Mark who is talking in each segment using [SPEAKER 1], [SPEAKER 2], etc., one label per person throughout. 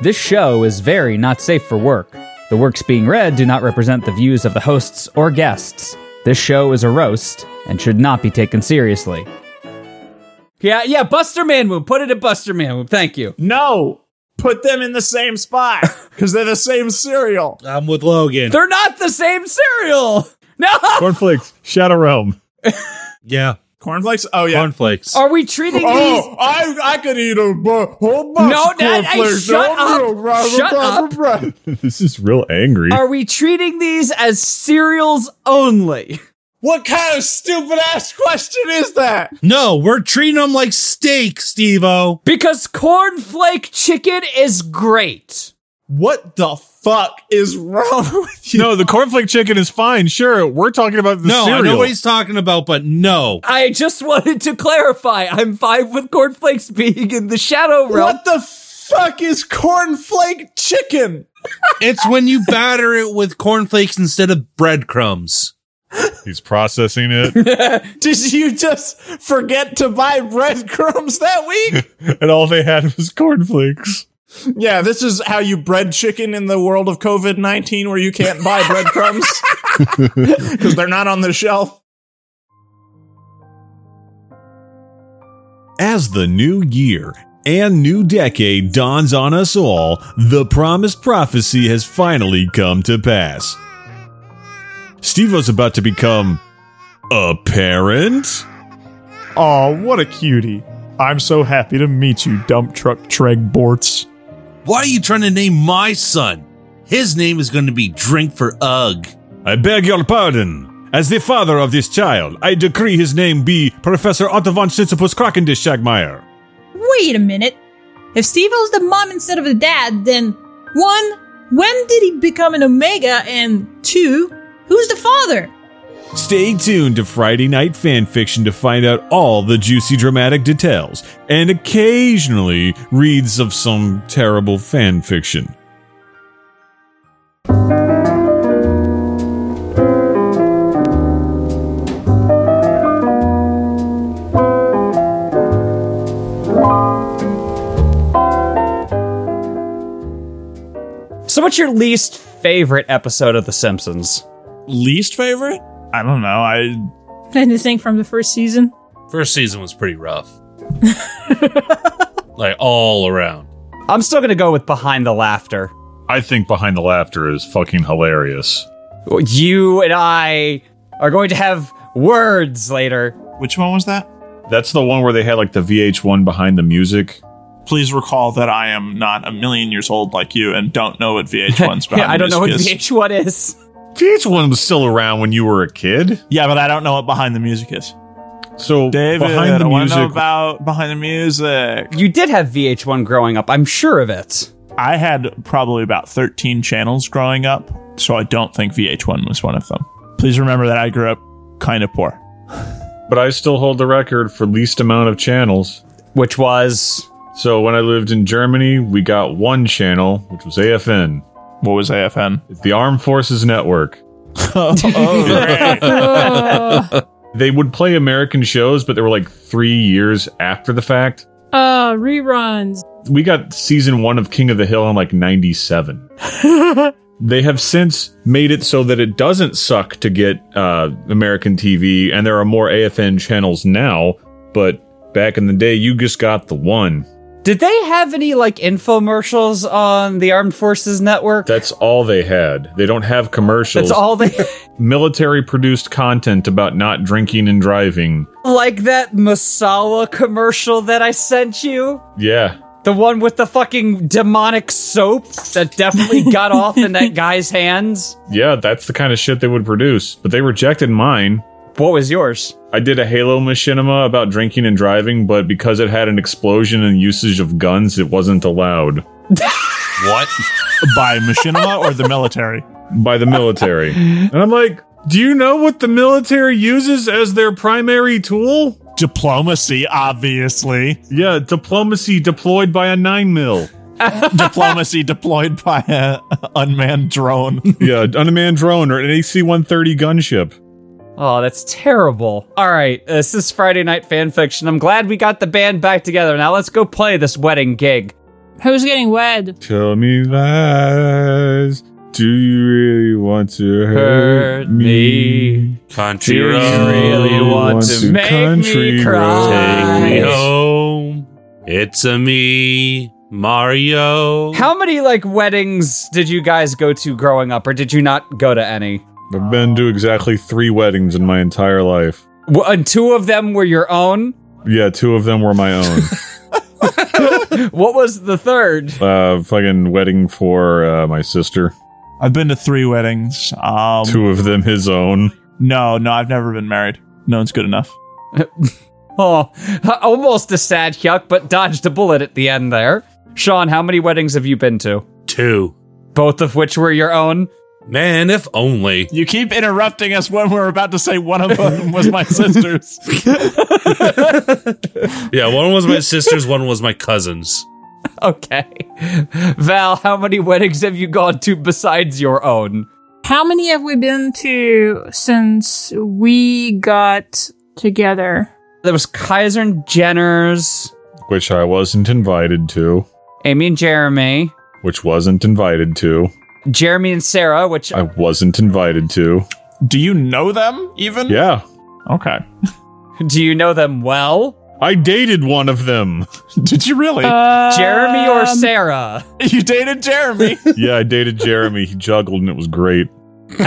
[SPEAKER 1] This show is very not safe for work. The works being read do not represent the views of the hosts or guests. This show is a roast and should not be taken seriously.
[SPEAKER 2] Yeah, yeah, Buster Manwomb. Put it at Buster Manwomb. Thank you.
[SPEAKER 3] No, put them in the same spot because they're the same cereal.
[SPEAKER 4] I'm with Logan.
[SPEAKER 2] They're not the same cereal. No.
[SPEAKER 5] Cornflakes, Shadow Realm.
[SPEAKER 4] yeah.
[SPEAKER 3] Cornflakes? Oh, yeah.
[SPEAKER 4] Cornflakes.
[SPEAKER 2] Are we treating
[SPEAKER 3] Oh, I, I could eat a bu- whole bunch
[SPEAKER 2] No,
[SPEAKER 3] of
[SPEAKER 2] Dad, hey,
[SPEAKER 3] cornflakes.
[SPEAKER 2] shut
[SPEAKER 3] No,
[SPEAKER 2] up.
[SPEAKER 3] no,
[SPEAKER 2] Shut up.
[SPEAKER 3] no.
[SPEAKER 5] this is real angry.
[SPEAKER 2] these? Are we treating these as cereals only?
[SPEAKER 3] What kind of stupid ass question is that?
[SPEAKER 4] no, we're treating them like steak, Stevo.
[SPEAKER 2] Because cornflake chicken is great.
[SPEAKER 3] What the fuck is wrong with you?
[SPEAKER 5] no, the cornflake chicken is fine. Sure, we're talking about the
[SPEAKER 4] No,
[SPEAKER 5] cereal.
[SPEAKER 4] I know what he's talking about, but no.
[SPEAKER 2] I just wanted to clarify. I'm fine with cornflakes being in the shadow realm.
[SPEAKER 3] What the fuck is cornflake chicken?
[SPEAKER 4] It's when you batter it with cornflakes instead of breadcrumbs.
[SPEAKER 5] he's processing it,
[SPEAKER 3] Did you just forget to buy breadcrumbs that week?
[SPEAKER 5] and all they had was cornflakes.
[SPEAKER 3] yeah, this is how you bread chicken in the world of COVID 19 where you can't buy breadcrumbs because they're not on the shelf.
[SPEAKER 6] As the new year and new decade dawns on us all, the promised prophecy has finally come to pass. Stevo's about to become a parent?
[SPEAKER 5] Aw, what a cutie. I'm so happy to meet you, dump truck Treg Borts.
[SPEAKER 4] Why are you trying to name my son? His name is going to be Drink for Ugg.
[SPEAKER 6] I beg your pardon. As the father of this child, I decree his name be Professor Otto von Schnitzopus Krakendisch Shagmeyer.
[SPEAKER 7] Wait a minute. If Steve was the mom instead of the dad, then one, when did he become an Omega? And two, who's the father?
[SPEAKER 6] Stay tuned to Friday Night Fan Fiction to find out all the juicy dramatic details, and occasionally reads of some terrible fan fiction.
[SPEAKER 1] So, what's your least favorite episode of The Simpsons?
[SPEAKER 3] Least favorite?
[SPEAKER 5] I don't know. I
[SPEAKER 7] Anything from the first season?
[SPEAKER 4] First season was pretty rough. like all around.
[SPEAKER 1] I'm still going to go with Behind the Laughter.
[SPEAKER 5] I think Behind the Laughter is fucking hilarious.
[SPEAKER 1] You and I are going to have words later.
[SPEAKER 3] Which one was that?
[SPEAKER 5] That's the one where they had like the VH1 behind the music.
[SPEAKER 3] Please recall that I am not a million years old like you and don't know what VH1's behind.
[SPEAKER 1] Yeah, I don't know what
[SPEAKER 3] music is.
[SPEAKER 1] VH1 is.
[SPEAKER 5] VH1 was still around when you were a kid.
[SPEAKER 3] Yeah, but I don't know what behind the music is.
[SPEAKER 5] So
[SPEAKER 3] David,
[SPEAKER 5] behind the
[SPEAKER 3] I want to know
[SPEAKER 5] music,
[SPEAKER 3] about behind the music.
[SPEAKER 1] You did have VH1 growing up. I'm sure of it.
[SPEAKER 3] I had probably about 13 channels growing up, so I don't think VH1 was one of them. Please remember that I grew up kind of poor.
[SPEAKER 5] but I still hold the record for least amount of channels.
[SPEAKER 1] Which was
[SPEAKER 5] So when I lived in Germany, we got one channel, which was AFN,
[SPEAKER 3] What was AFN?
[SPEAKER 5] It's the Armed Forces Network.
[SPEAKER 7] Oh,
[SPEAKER 5] They would play American shows, but they were like three years after the fact.
[SPEAKER 7] uh, reruns.
[SPEAKER 5] we got season one of King of the Hill in like 97. they have since made it so that it doesn't suck to get uh, American TV, and there are more AFN channels now, but back in the day, you just got the one.
[SPEAKER 1] Did they have any like infomercials on the Armed Forces Network?
[SPEAKER 5] That's all they had. They don't have commercials.
[SPEAKER 1] That's all they
[SPEAKER 5] Military produced content about not drinking and driving.
[SPEAKER 1] like that Masala commercial that I sent you.
[SPEAKER 5] Yeah.
[SPEAKER 1] The one with the fucking demonic soap that definitely got off in that guy's hands.
[SPEAKER 5] Yeah, that's the kind of shit they would produce. But they rejected mine.
[SPEAKER 1] What was yours?
[SPEAKER 5] I did a Halo machinima about drinking and driving, but because it had an explosion and usage of guns, it wasn't allowed
[SPEAKER 4] What?
[SPEAKER 3] By machinima or the military?
[SPEAKER 5] by the military. and I'm like, do you know what the military uses as their primary tool?
[SPEAKER 3] Diplomacy, obviously.
[SPEAKER 5] Yeah, diplomacy deployed by a 9 mil.
[SPEAKER 3] Diplomacy deployed by an unmanned drone.
[SPEAKER 5] yeah, unmanned drone or an AC 130 gunship.
[SPEAKER 1] Oh, that's terrible. All right, uh, this is Friday Night Fanfiction. I'm glad we got the band back together. Now let's go play this wedding gig.
[SPEAKER 7] Who's getting wed?
[SPEAKER 5] Tell me lies. Do you really want to hurt
[SPEAKER 2] Hurt
[SPEAKER 5] me?
[SPEAKER 2] me.
[SPEAKER 4] Country
[SPEAKER 2] Do you
[SPEAKER 4] road.
[SPEAKER 2] really want
[SPEAKER 5] Wants
[SPEAKER 2] to
[SPEAKER 5] to
[SPEAKER 2] make me
[SPEAKER 5] country
[SPEAKER 2] cry?
[SPEAKER 5] road.
[SPEAKER 4] me
[SPEAKER 2] Yes.
[SPEAKER 4] home. It's a me, Mario.
[SPEAKER 1] How many like weddings did you guys go to growing up, or did you not go to any?
[SPEAKER 5] I've been to exactly three weddings in my entire life.
[SPEAKER 1] W- and two of them were your own.
[SPEAKER 5] Yeah, two of them were my own.
[SPEAKER 1] What was the third?
[SPEAKER 5] uh, fucking wedding for uh, my sister.
[SPEAKER 3] I've been to three weddings. Um,
[SPEAKER 5] Two of them his own.
[SPEAKER 3] No, no, I've never been married. No one's good enough.
[SPEAKER 1] Oh, almost a sad yuck, but dodged a bullet at the end there. Sean, how many weddings have you been to?
[SPEAKER 4] Two.
[SPEAKER 1] Both of which were your own.
[SPEAKER 4] Man, if only.
[SPEAKER 3] You keep interrupting us when we're about to say one of them was my sister's.
[SPEAKER 4] Yeah, one was my sister's, one was my cousin's.
[SPEAKER 1] Okay. Val, how many weddings have you gone to besides your own?
[SPEAKER 8] How many have we been to since we got together?
[SPEAKER 1] There was Kaiser and Jenner's,
[SPEAKER 5] Which I wasn't invited to.
[SPEAKER 1] Amy and Jeremy,
[SPEAKER 5] Which wasn't invited to.
[SPEAKER 1] Jeremy and Sarah, which
[SPEAKER 5] I wasn't invited to.
[SPEAKER 3] Do you know them even?
[SPEAKER 5] Yeah.
[SPEAKER 3] Okay.
[SPEAKER 1] do you know them well?
[SPEAKER 5] I dated one of them.
[SPEAKER 3] Did you really?
[SPEAKER 1] Jeremy or Sarah?
[SPEAKER 3] you dated Jeremy.
[SPEAKER 5] yeah, I dated Jeremy. He juggled and it was great.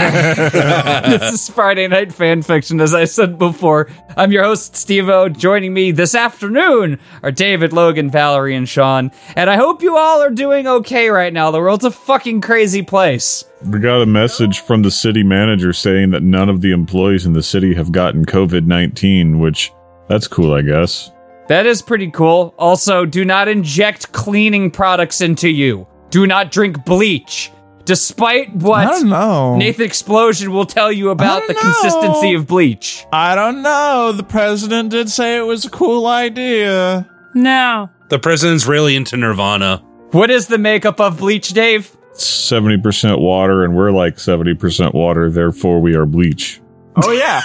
[SPEAKER 1] this is Friday Night Fan Fiction, as I said before. I'm your host, Steve O. Joining me this afternoon are David, Logan, Valerie, and Sean. And I hope you all are doing okay right now. The world's a fucking crazy place.
[SPEAKER 5] We got a message from the city manager saying that none of the employees in the city have gotten COVID 19, which that's cool, I guess.
[SPEAKER 1] That is pretty cool. Also, do not inject cleaning products into you. Do not drink bleach. Despite what
[SPEAKER 3] know.
[SPEAKER 1] Nathan Explosion will tell you about
[SPEAKER 3] I
[SPEAKER 1] the
[SPEAKER 3] don't know.
[SPEAKER 1] consistency of bleach.
[SPEAKER 3] I don't know. The president did say it was a cool idea.
[SPEAKER 8] No.
[SPEAKER 4] The president's really into Nirvana.
[SPEAKER 1] What is the makeup of bleach, Dave?
[SPEAKER 5] 70% water, and we're like 70% water, therefore we are bleach.
[SPEAKER 3] Oh yeah.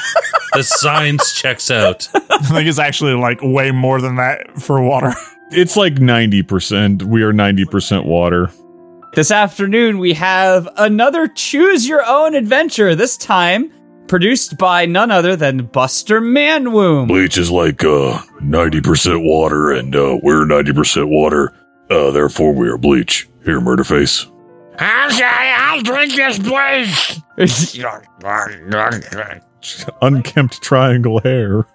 [SPEAKER 4] The science checks out.
[SPEAKER 3] I think it's actually like way more than that for water.
[SPEAKER 5] It's like 90%. We are 90% water.
[SPEAKER 1] This afternoon, we have another Choose Your Own Adventure, this time produced by none other than Buster Manwomb.
[SPEAKER 6] Bleach is like uh 90% water and uh we're 90% water. Uh therefore we are bleach. Here, Murderface.
[SPEAKER 5] Unkempt triangle hair.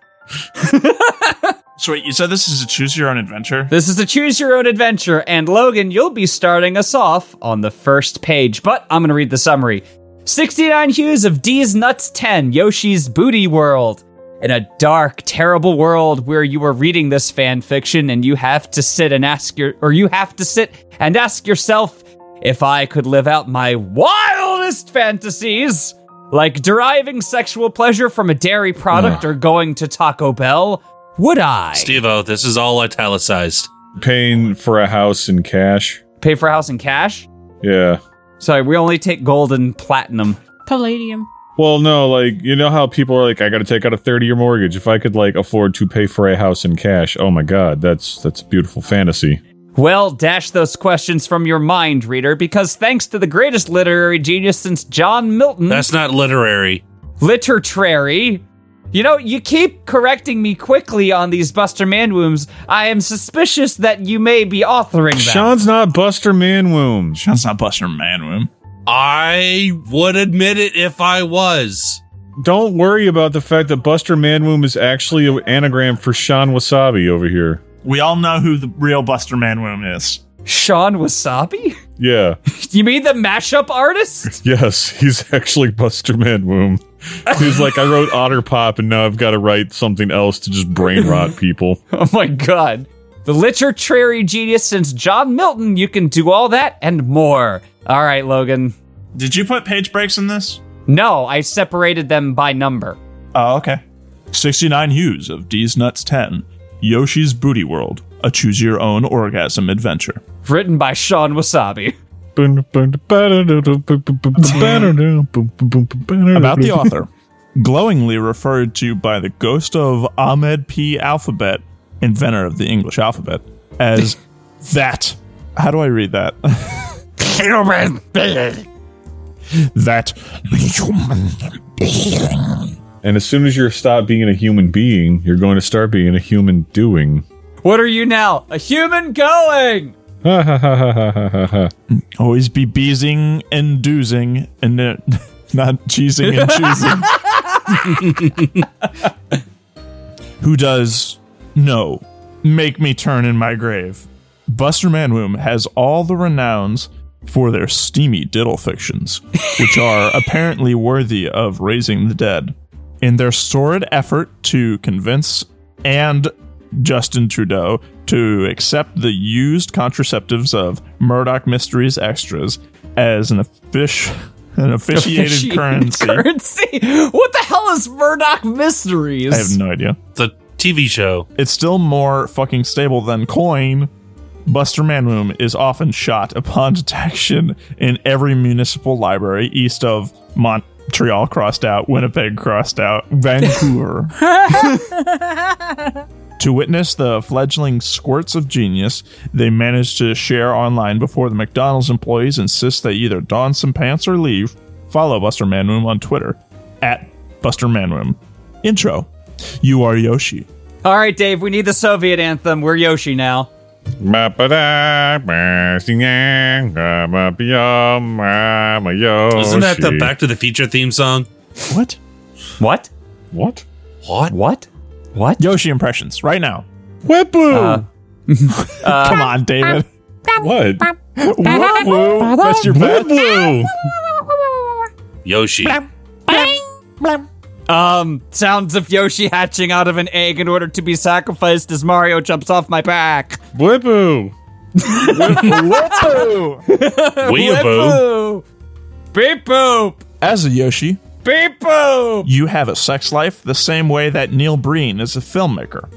[SPEAKER 3] So wait, you said this is a choose your own adventure?
[SPEAKER 1] This is a Choose Your Own Adventure, and Logan, you'll be starting us off on the first page, but I'm going to read the summary. 69 hues of D's Nuts 10, Yoshi's Booty World. In a dark, terrible world where you are reading this fan fiction and you have to sit and ask your, or you have to sit and ask yourself, if I could live out my wildest fantasies, like deriving sexual pleasure from a dairy product or going to Taco Bell, would I?
[SPEAKER 4] Steve O, this is all italicized.
[SPEAKER 5] Paying for a house in cash.
[SPEAKER 1] Pay for a house in cash?
[SPEAKER 5] Yeah.
[SPEAKER 1] Sorry, we only take gold and platinum.
[SPEAKER 8] Palladium.
[SPEAKER 5] Well, no, like, you know how people are like, I got to take out a 30 year mortgage. If I could, like, afford to pay for a house in cash, oh my God, that's that's a beautiful fantasy.
[SPEAKER 1] Well, dash those questions from your mind, reader, because thanks to the greatest literary genius since John Milton,
[SPEAKER 4] That's not literary.
[SPEAKER 1] Literary. You know, you keep correcting me quickly on these Buster Manwombs. I am suspicious that you may be authoring them.
[SPEAKER 5] Sean's not Buster Manwomb.
[SPEAKER 3] Sean's not Buster Manwomb.
[SPEAKER 4] I would admit it if I was.
[SPEAKER 5] Don't worry about the fact that Buster Manwomb is actually an anagram for Sean Wasabi over here.
[SPEAKER 3] We all know who the real Buster Manwomb is.
[SPEAKER 1] Sean Wasabi?
[SPEAKER 5] Yeah.
[SPEAKER 1] You mean the mashup artist?
[SPEAKER 5] Yes, he's actually Buster Manwomb. He's like, I wrote Otter Pop and now I've got to write something else to just brain rot people.
[SPEAKER 1] oh my god. The literary genius since John Milton, you can do all that and more. All right, Logan.
[SPEAKER 3] Did you put page breaks in this?
[SPEAKER 1] No, I separated them by number.
[SPEAKER 3] Oh, okay. 69 hues of D's Nuts 10, Yoshi's Booty World, a choose your own orgasm adventure.
[SPEAKER 1] Written by Sean Wasabi.
[SPEAKER 3] About
[SPEAKER 5] About
[SPEAKER 3] the author, glowingly referred to by the ghost of Ahmed P. Alphabet, inventor of the English alphabet, as that How do I read that?
[SPEAKER 9] human being.
[SPEAKER 3] that
[SPEAKER 9] Human being.
[SPEAKER 5] And as soon as you stop being a human being, you're going to start being a human doing.
[SPEAKER 1] What are you now? A human going!
[SPEAKER 5] Ha ha ha ha ha ha ha ha.
[SPEAKER 3] always be beezing and doozing and uh, not cheesing and choosing. Who does no make me turn in my grave? Buster Manwomb has all the renowns for their steamy diddle fictions, which are apparently worthy of raising the dead. In their sordid effort to convince and Justin Trudeau to accept the used contraceptives of Murdoch Mysteries extras as an offic- an officiated currency.
[SPEAKER 1] currency? What the hell is Murdoch Mysteries?
[SPEAKER 3] I have no idea.
[SPEAKER 4] The TV show.
[SPEAKER 3] It's still more fucking stable than coin. Buster Manwomb is often shot upon detection in every municipal library east of Montreal crossed out, Winnipeg crossed out, Vancouver. to witness the fledgling squirts of genius they manage to share online before the McDonald's employees insist they either don some pants or leave, follow Buster Manwomb on Twitter at Buster Manwomb. Intro. You are Yoshi.
[SPEAKER 1] All right, Dave, we need the Soviet anthem. We're Yoshi now.
[SPEAKER 5] Isn't
[SPEAKER 4] Isn't that the Back to the Future theme song?
[SPEAKER 3] What?
[SPEAKER 1] What?
[SPEAKER 5] What?
[SPEAKER 4] What?
[SPEAKER 1] What? What?
[SPEAKER 3] Yoshi impressions right now.
[SPEAKER 1] Uh,
[SPEAKER 3] Come on, David.
[SPEAKER 5] What?
[SPEAKER 3] Woo-woo. That's your best.
[SPEAKER 4] Yoshi.
[SPEAKER 1] um, sounds of Yoshi hatching out of an egg in order to be sacrificed as Mario jumps off my back.
[SPEAKER 5] Blippo.
[SPEAKER 4] Weeaboo.
[SPEAKER 1] Boo! Beep boop!
[SPEAKER 3] As a Yoshi,
[SPEAKER 1] Beep boop!
[SPEAKER 3] you have a sex life the same way that Neil Breen is a filmmaker.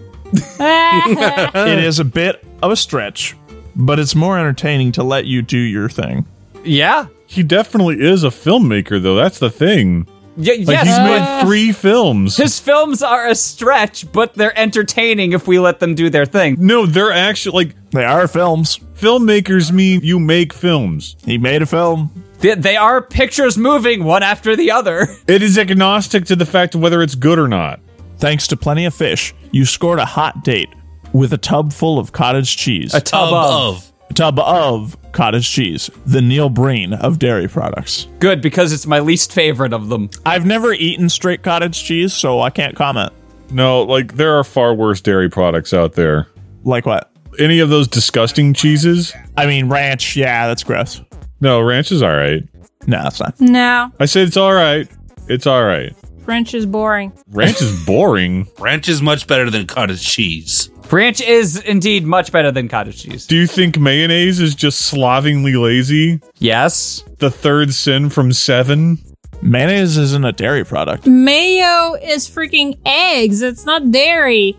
[SPEAKER 7] Ah!
[SPEAKER 3] it is a bit of a stretch, but it's more entertaining to let you do your thing.
[SPEAKER 1] Yeah?
[SPEAKER 5] He definitely is a filmmaker, though. That's the thing.
[SPEAKER 1] Y-
[SPEAKER 5] Like
[SPEAKER 1] yes,
[SPEAKER 5] he's
[SPEAKER 1] but
[SPEAKER 5] made three films.
[SPEAKER 1] his films are a stretch, but they're entertaining if we let them do their thing.
[SPEAKER 5] no, they're actually like
[SPEAKER 3] They are films.
[SPEAKER 5] filmmakers mean you make films.
[SPEAKER 3] He made a film.
[SPEAKER 1] They, they are pictures moving one after the other.
[SPEAKER 5] It is agnostic to the fact of whether it's good or not.
[SPEAKER 3] Thanks to plenty of fish, you scored a hot date with a tub full of cottage cheese.
[SPEAKER 1] A tub of.
[SPEAKER 4] Above.
[SPEAKER 3] a tub of cottage cheese, the Neil Breen of dairy products.
[SPEAKER 1] Good, because it's my least favorite of them.
[SPEAKER 3] I've never eaten straight cottage cheese, so I can't comment.
[SPEAKER 5] No, like there are far worse dairy products out there.
[SPEAKER 3] Like what?
[SPEAKER 5] Any of those disgusting cheeses?
[SPEAKER 3] I mean, ranch. Yeah, that's gross.
[SPEAKER 5] No, ranch is all right.
[SPEAKER 3] No, that's not.
[SPEAKER 8] no,
[SPEAKER 5] I said it's all right. It's all right.
[SPEAKER 8] French is boring.
[SPEAKER 5] Ranch is boring.
[SPEAKER 4] Ranch is much better than cottage cheese.
[SPEAKER 1] Ranch is indeed much better than cottage cheese.
[SPEAKER 5] Do you think mayonnaise is just slovenly lazy?
[SPEAKER 1] Yes.
[SPEAKER 5] The third sin from seven?
[SPEAKER 3] Mayonnaise isn't a dairy product.
[SPEAKER 8] Mayo is freaking eggs. It's not dairy.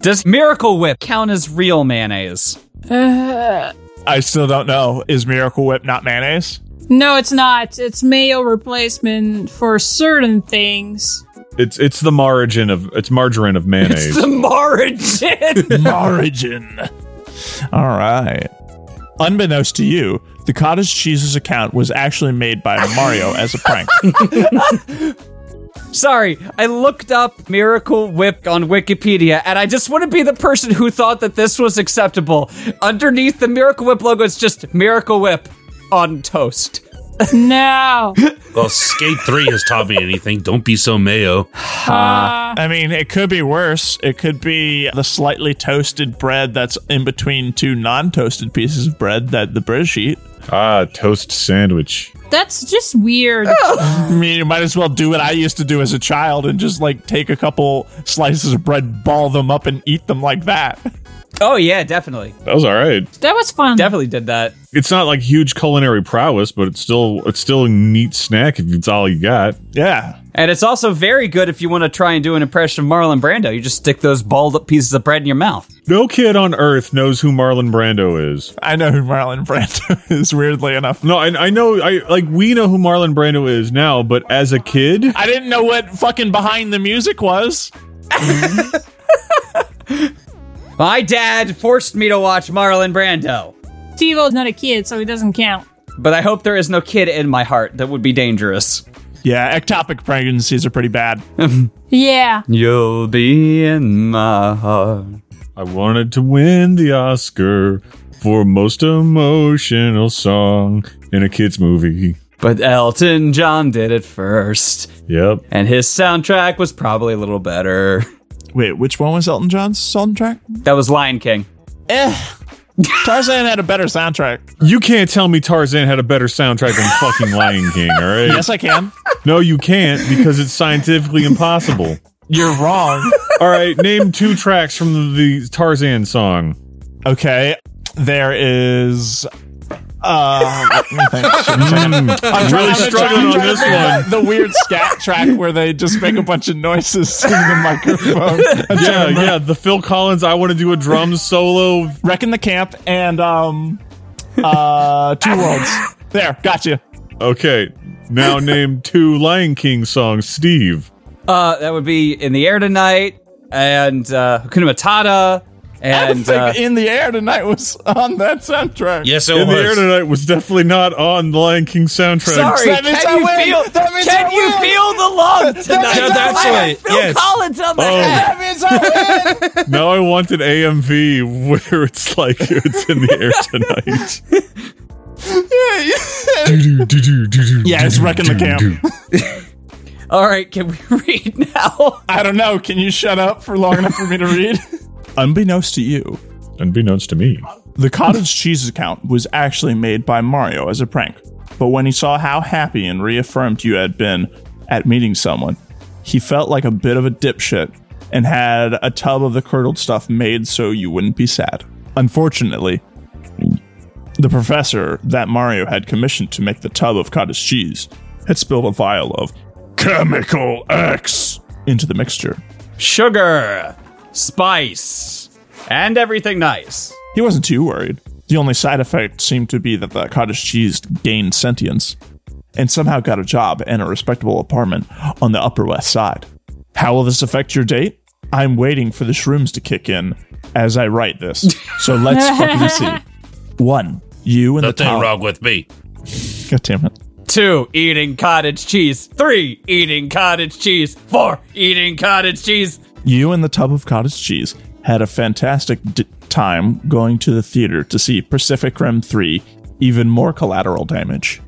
[SPEAKER 1] Does Miracle Whip count as real mayonnaise?
[SPEAKER 3] I still don't know. Is Miracle Whip not mayonnaise?
[SPEAKER 8] No, it's not. It's mayo replacement for certain things.
[SPEAKER 5] It's it's the margin of it's margarine of mayonnaise.
[SPEAKER 1] The margin.
[SPEAKER 3] Origin. All right. Unbeknownst to you, the cottage cheese's account was actually made by Mario as a prank.
[SPEAKER 1] Sorry, I looked up Miracle Whip on Wikipedia, and I just want to be the person who thought that this was acceptable. Underneath the Miracle Whip logo, it's just Miracle Whip on toast.
[SPEAKER 8] No.
[SPEAKER 4] Well, Skate 3 has taught me anything. Don't be so mayo.
[SPEAKER 3] I mean, it could be worse. It could be the slightly toasted bread that's in between two non toasted pieces of bread that the British eat.
[SPEAKER 5] ah, toast sandwich.
[SPEAKER 8] That's just weird.
[SPEAKER 1] Oh.
[SPEAKER 3] I mean, you might as well do what I used to do as a child and just like take a couple slices of bread, ball them up, and eat them like that.
[SPEAKER 1] Oh, yeah, definitely.
[SPEAKER 5] That was all right.
[SPEAKER 8] That was fun.
[SPEAKER 1] Definitely did that.
[SPEAKER 5] It's not like huge culinary prowess, but it's still it's still a neat snack if it's all you got.
[SPEAKER 3] Yeah.
[SPEAKER 1] And it's also very good if you want to try and do an impression of Marlon Brando. You just stick those balled up pieces of bread in your mouth.
[SPEAKER 5] No kid on earth knows who Marlon Brando is.
[SPEAKER 3] I know who Marlon Brando is, weirdly enough.
[SPEAKER 5] No, I, I know. I like we know who Marlon Brando is now, but as a kid,
[SPEAKER 3] I didn't know what fucking behind the music was.
[SPEAKER 1] My dad forced me to watch Marlon Brando.
[SPEAKER 8] Steve O's not a kid, so he doesn't count.
[SPEAKER 1] But I hope there is no kid in my heart. That would be dangerous.
[SPEAKER 3] Yeah, ectopic pregnancies are pretty bad.
[SPEAKER 8] Yeah.
[SPEAKER 1] You'll be in my heart.
[SPEAKER 5] I wanted to win the Oscar for most emotional song in a kids movie.
[SPEAKER 1] But Elton John did it first.
[SPEAKER 5] Yep.
[SPEAKER 1] And his soundtrack was probably a little better.
[SPEAKER 3] Wait, which one was Elton John's soundtrack?
[SPEAKER 1] That was Lion King.
[SPEAKER 3] Eh. Tarzan had a better soundtrack.
[SPEAKER 5] You can't tell me Tarzan had a better soundtrack than fucking Lion King, all right?
[SPEAKER 3] Yes, I can.
[SPEAKER 5] No, you can't because it's scientifically impossible.
[SPEAKER 3] You're wrong.
[SPEAKER 5] All right, name two tracks from the, the Tarzan song.
[SPEAKER 3] Okay, there is. Uh, let me think. I'm trying-
[SPEAKER 5] Hmm. really
[SPEAKER 3] I'm trying-
[SPEAKER 5] struggling
[SPEAKER 3] I'm trying
[SPEAKER 5] on
[SPEAKER 3] to
[SPEAKER 5] this
[SPEAKER 3] think
[SPEAKER 5] one.
[SPEAKER 3] of The weird scat track where they just make a bunch of noises in the microphone. I'm trying
[SPEAKER 5] Yeah,
[SPEAKER 3] to remember.
[SPEAKER 5] yeah, the Phil Collins I want to do a drum solo.
[SPEAKER 3] Wrecking the camp and um, uh, two worlds. There, gotcha.
[SPEAKER 5] Okay. Now name two Lion King songs, Steve.
[SPEAKER 1] Uh, that would be In the Air Tonight and uh, Hakuna Matata.
[SPEAKER 3] I
[SPEAKER 1] And
[SPEAKER 3] think
[SPEAKER 1] uh,
[SPEAKER 3] in the air tonight was on that soundtrack.
[SPEAKER 4] Yes, it
[SPEAKER 5] In
[SPEAKER 4] was.
[SPEAKER 5] the Air Tonight was definitely not on the Lion King soundtrack.
[SPEAKER 1] sorry,
[SPEAKER 3] That means I
[SPEAKER 1] can you
[SPEAKER 3] win.
[SPEAKER 1] feel?
[SPEAKER 3] That means
[SPEAKER 1] Can
[SPEAKER 3] I
[SPEAKER 1] you
[SPEAKER 3] win.
[SPEAKER 1] feel the love tonight?
[SPEAKER 4] No, that's right. Yes.
[SPEAKER 2] Collins on the
[SPEAKER 5] Oh,
[SPEAKER 3] That means I win.
[SPEAKER 5] now I want an AMV where it's like it's in the air tonight.
[SPEAKER 3] Yeah, it's wrecking the camp.
[SPEAKER 1] All right, can we read now?
[SPEAKER 3] I don't know. Can you shut up for long enough for me to read? Unbeknownst to you,
[SPEAKER 5] Unbeknownst to me.
[SPEAKER 3] the cottage cheese account was actually made by Mario as a prank. But when he saw how happy and reaffirmed you had been at meeting someone, he felt like a bit of a dipshit and had a tub of the curdled stuff made so you wouldn't be sad. Unfortunately, the professor that Mario had commissioned to make the tub of cottage cheese had spilled a vial of Chemical X into the mixture.
[SPEAKER 1] Sugar, spice, and everything nice.
[SPEAKER 3] He wasn't too worried. The only side effect seemed to be that the cottage cheese gained sentience and somehow got a job and a respectable apartment on the Upper West Side. How will this affect your date? I'm waiting for the shrooms to kick in as I write this. So let's fucking see. One, you and the
[SPEAKER 4] Nothing
[SPEAKER 3] town.
[SPEAKER 4] wrong with me.
[SPEAKER 3] God damn it.
[SPEAKER 1] Two, eating cottage cheese. Three, eating cottage cheese. Four, eating cottage cheese.
[SPEAKER 3] You and the tub of cottage cheese had a fantastic d- time going to the theater to see Pacific Rim 3, even more collateral damage,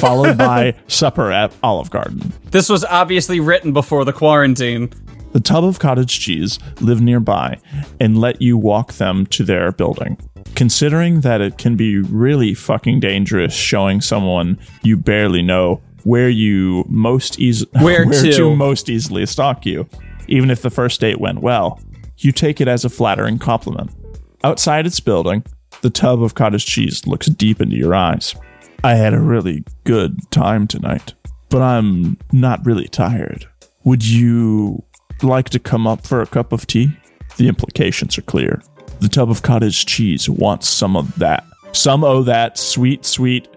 [SPEAKER 3] followed by supper at Olive Garden.
[SPEAKER 1] This was obviously written before the quarantine.
[SPEAKER 3] The tub of cottage cheese lived nearby and let you walk them to their building. Considering that it can be really fucking dangerous showing someone you barely know where you most easily
[SPEAKER 1] Where to.
[SPEAKER 3] most easily stalk you, even if the first date went well, you take it as a flattering compliment. Outside its building, the tub of cottage cheese looks deep into your eyes. I had a really good time tonight, but I'm not really tired. Would you like to come up for a cup of tea? The implications are clear. The tub of cottage cheese wants some of that. Some owe that sweet, sweet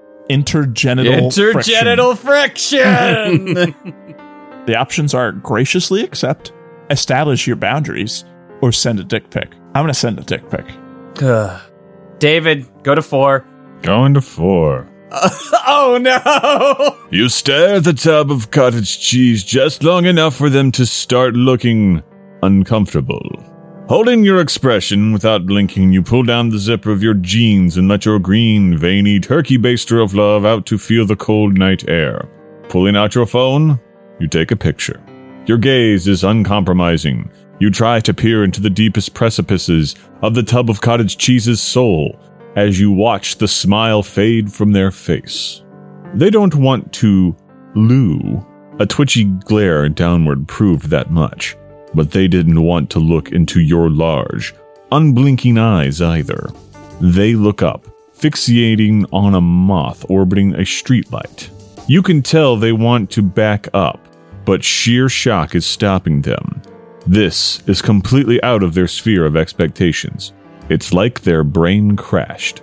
[SPEAKER 3] intergenital. friction.
[SPEAKER 1] Intergenital friction.
[SPEAKER 3] The options are graciously accept, establish your boundaries, or send a dick pic. I'm gonna send a dick pic.
[SPEAKER 1] David, go to four.
[SPEAKER 5] Going to four.
[SPEAKER 1] Oh no!
[SPEAKER 5] You stare at the tub of cottage cheese just long enough for them to start looking uncomfortable. Holding your expression without blinking, you pull down the zipper of your jeans and let your green, veiny turkey baster of love out to feel the cold night air. Pulling out your phone, you take a picture. Your gaze is uncompromising. You try to peer into the deepest precipices of the tub of cottage cheese's soul as you watch the smile fade from their face. They don't want to loo. A twitchy glare downward proved that much, but they didn't want to look into your large, unblinking eyes either. They look up, fixating on a moth orbiting a streetlight. You can tell they want to back up, but sheer shock is stopping them. This is completely out of their sphere of expectations. It's like their brain crashed.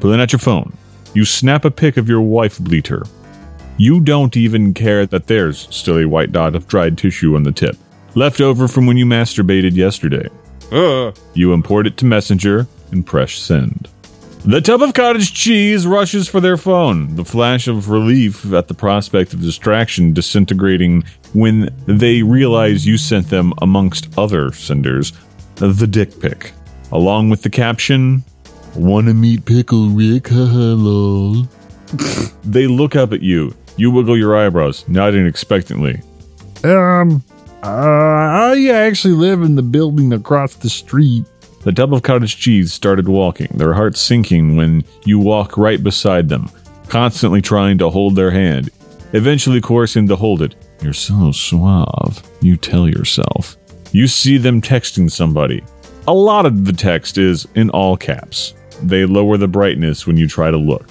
[SPEAKER 5] Pulling out your phone, you snap a pic of your wife bleater. You don't even care that there's still a white dot of dried tissue on the tip, left over from when you masturbated yesterday. You import it to Messenger and press send. The tub of cottage cheese rushes for their phone. The flash of relief at the prospect of distraction disintegrating when they realize you sent them, amongst other senders, the dick pic, along with the caption, Wanna meet Pickle Rick? Hello. they look up at you. You wiggle your eyebrows, nodding expectantly.
[SPEAKER 10] Um, uh, I actually live in the building across the street.
[SPEAKER 5] The tub of cottage cheese started walking, their hearts sinking when you walk right beside them, constantly trying to hold their hand, eventually coercing to hold it. You're so suave, you tell yourself. You see them texting somebody. A lot of the text is in all caps. They lower the brightness when you try to look.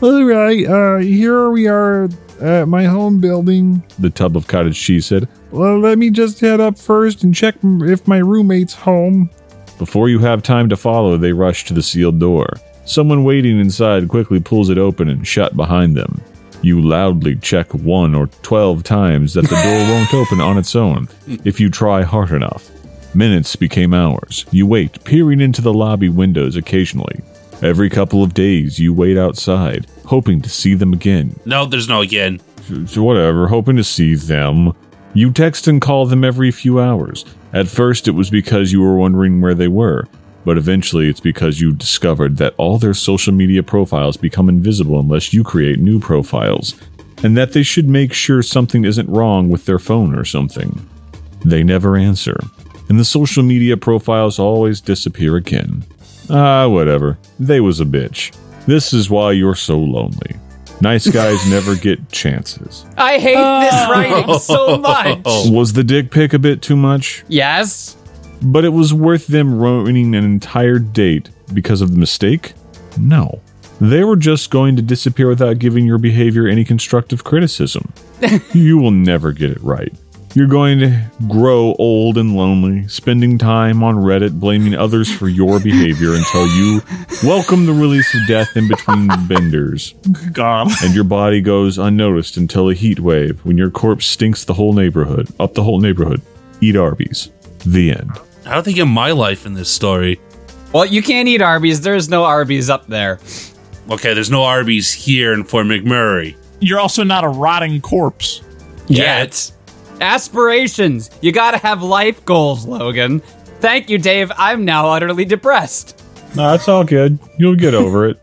[SPEAKER 10] All right, uh, here we are at my home building.
[SPEAKER 5] The tub of cottage cheese said,
[SPEAKER 10] Well, let me just head up first and check m- if my roommate's home.
[SPEAKER 5] Before you have time to follow, they rush to the sealed door. Someone waiting inside quickly pulls it open and shut behind them. You loudly check one or twelve times that the door won't open on its own if you try hard enough. Minutes became hours. You wait, peering into the lobby windows occasionally. Every couple of days, you wait outside, hoping to see them again.
[SPEAKER 4] No, there's no again.
[SPEAKER 5] So whatever, hoping to see them. You text and call them every few hours. At first, it was because you were wondering where they were, but eventually, it's because you discovered that all their social media profiles become invisible unless you create new profiles, and that they should make sure something isn't wrong with their phone or something. They never answer, and the social media profiles always disappear again. Ah, whatever. They was a bitch. This is why you're so lonely. Nice guys never get chances.
[SPEAKER 1] I hate
[SPEAKER 8] Oh.
[SPEAKER 1] this writing so much.
[SPEAKER 5] Was the dick pic a bit too much?
[SPEAKER 1] Yes.
[SPEAKER 5] But it was worth them ruining an entire date because of the mistake? No. They were just going to disappear without giving your behavior any constructive criticism. you will never get it right. You're going to grow old and lonely, spending time on Reddit blaming others for your behavior until you welcome the release of death in between benders.
[SPEAKER 3] God.
[SPEAKER 5] and your body goes unnoticed until a heat wave when your corpse stinks the whole neighborhood, up the whole neighborhood. Eat Arby's. The end.
[SPEAKER 4] How do they get my life in this story?
[SPEAKER 1] Well, you can't eat Arby's. There's no Arby's up there.
[SPEAKER 4] Okay, there's no Arby's here in Fort McMurray.
[SPEAKER 3] You're also not a rotting corpse.
[SPEAKER 1] Yet. Aspirations. You gotta have life goals, Logan. Thank you, Dave. I'm now utterly depressed.
[SPEAKER 5] No, it's all good. You'll get over it.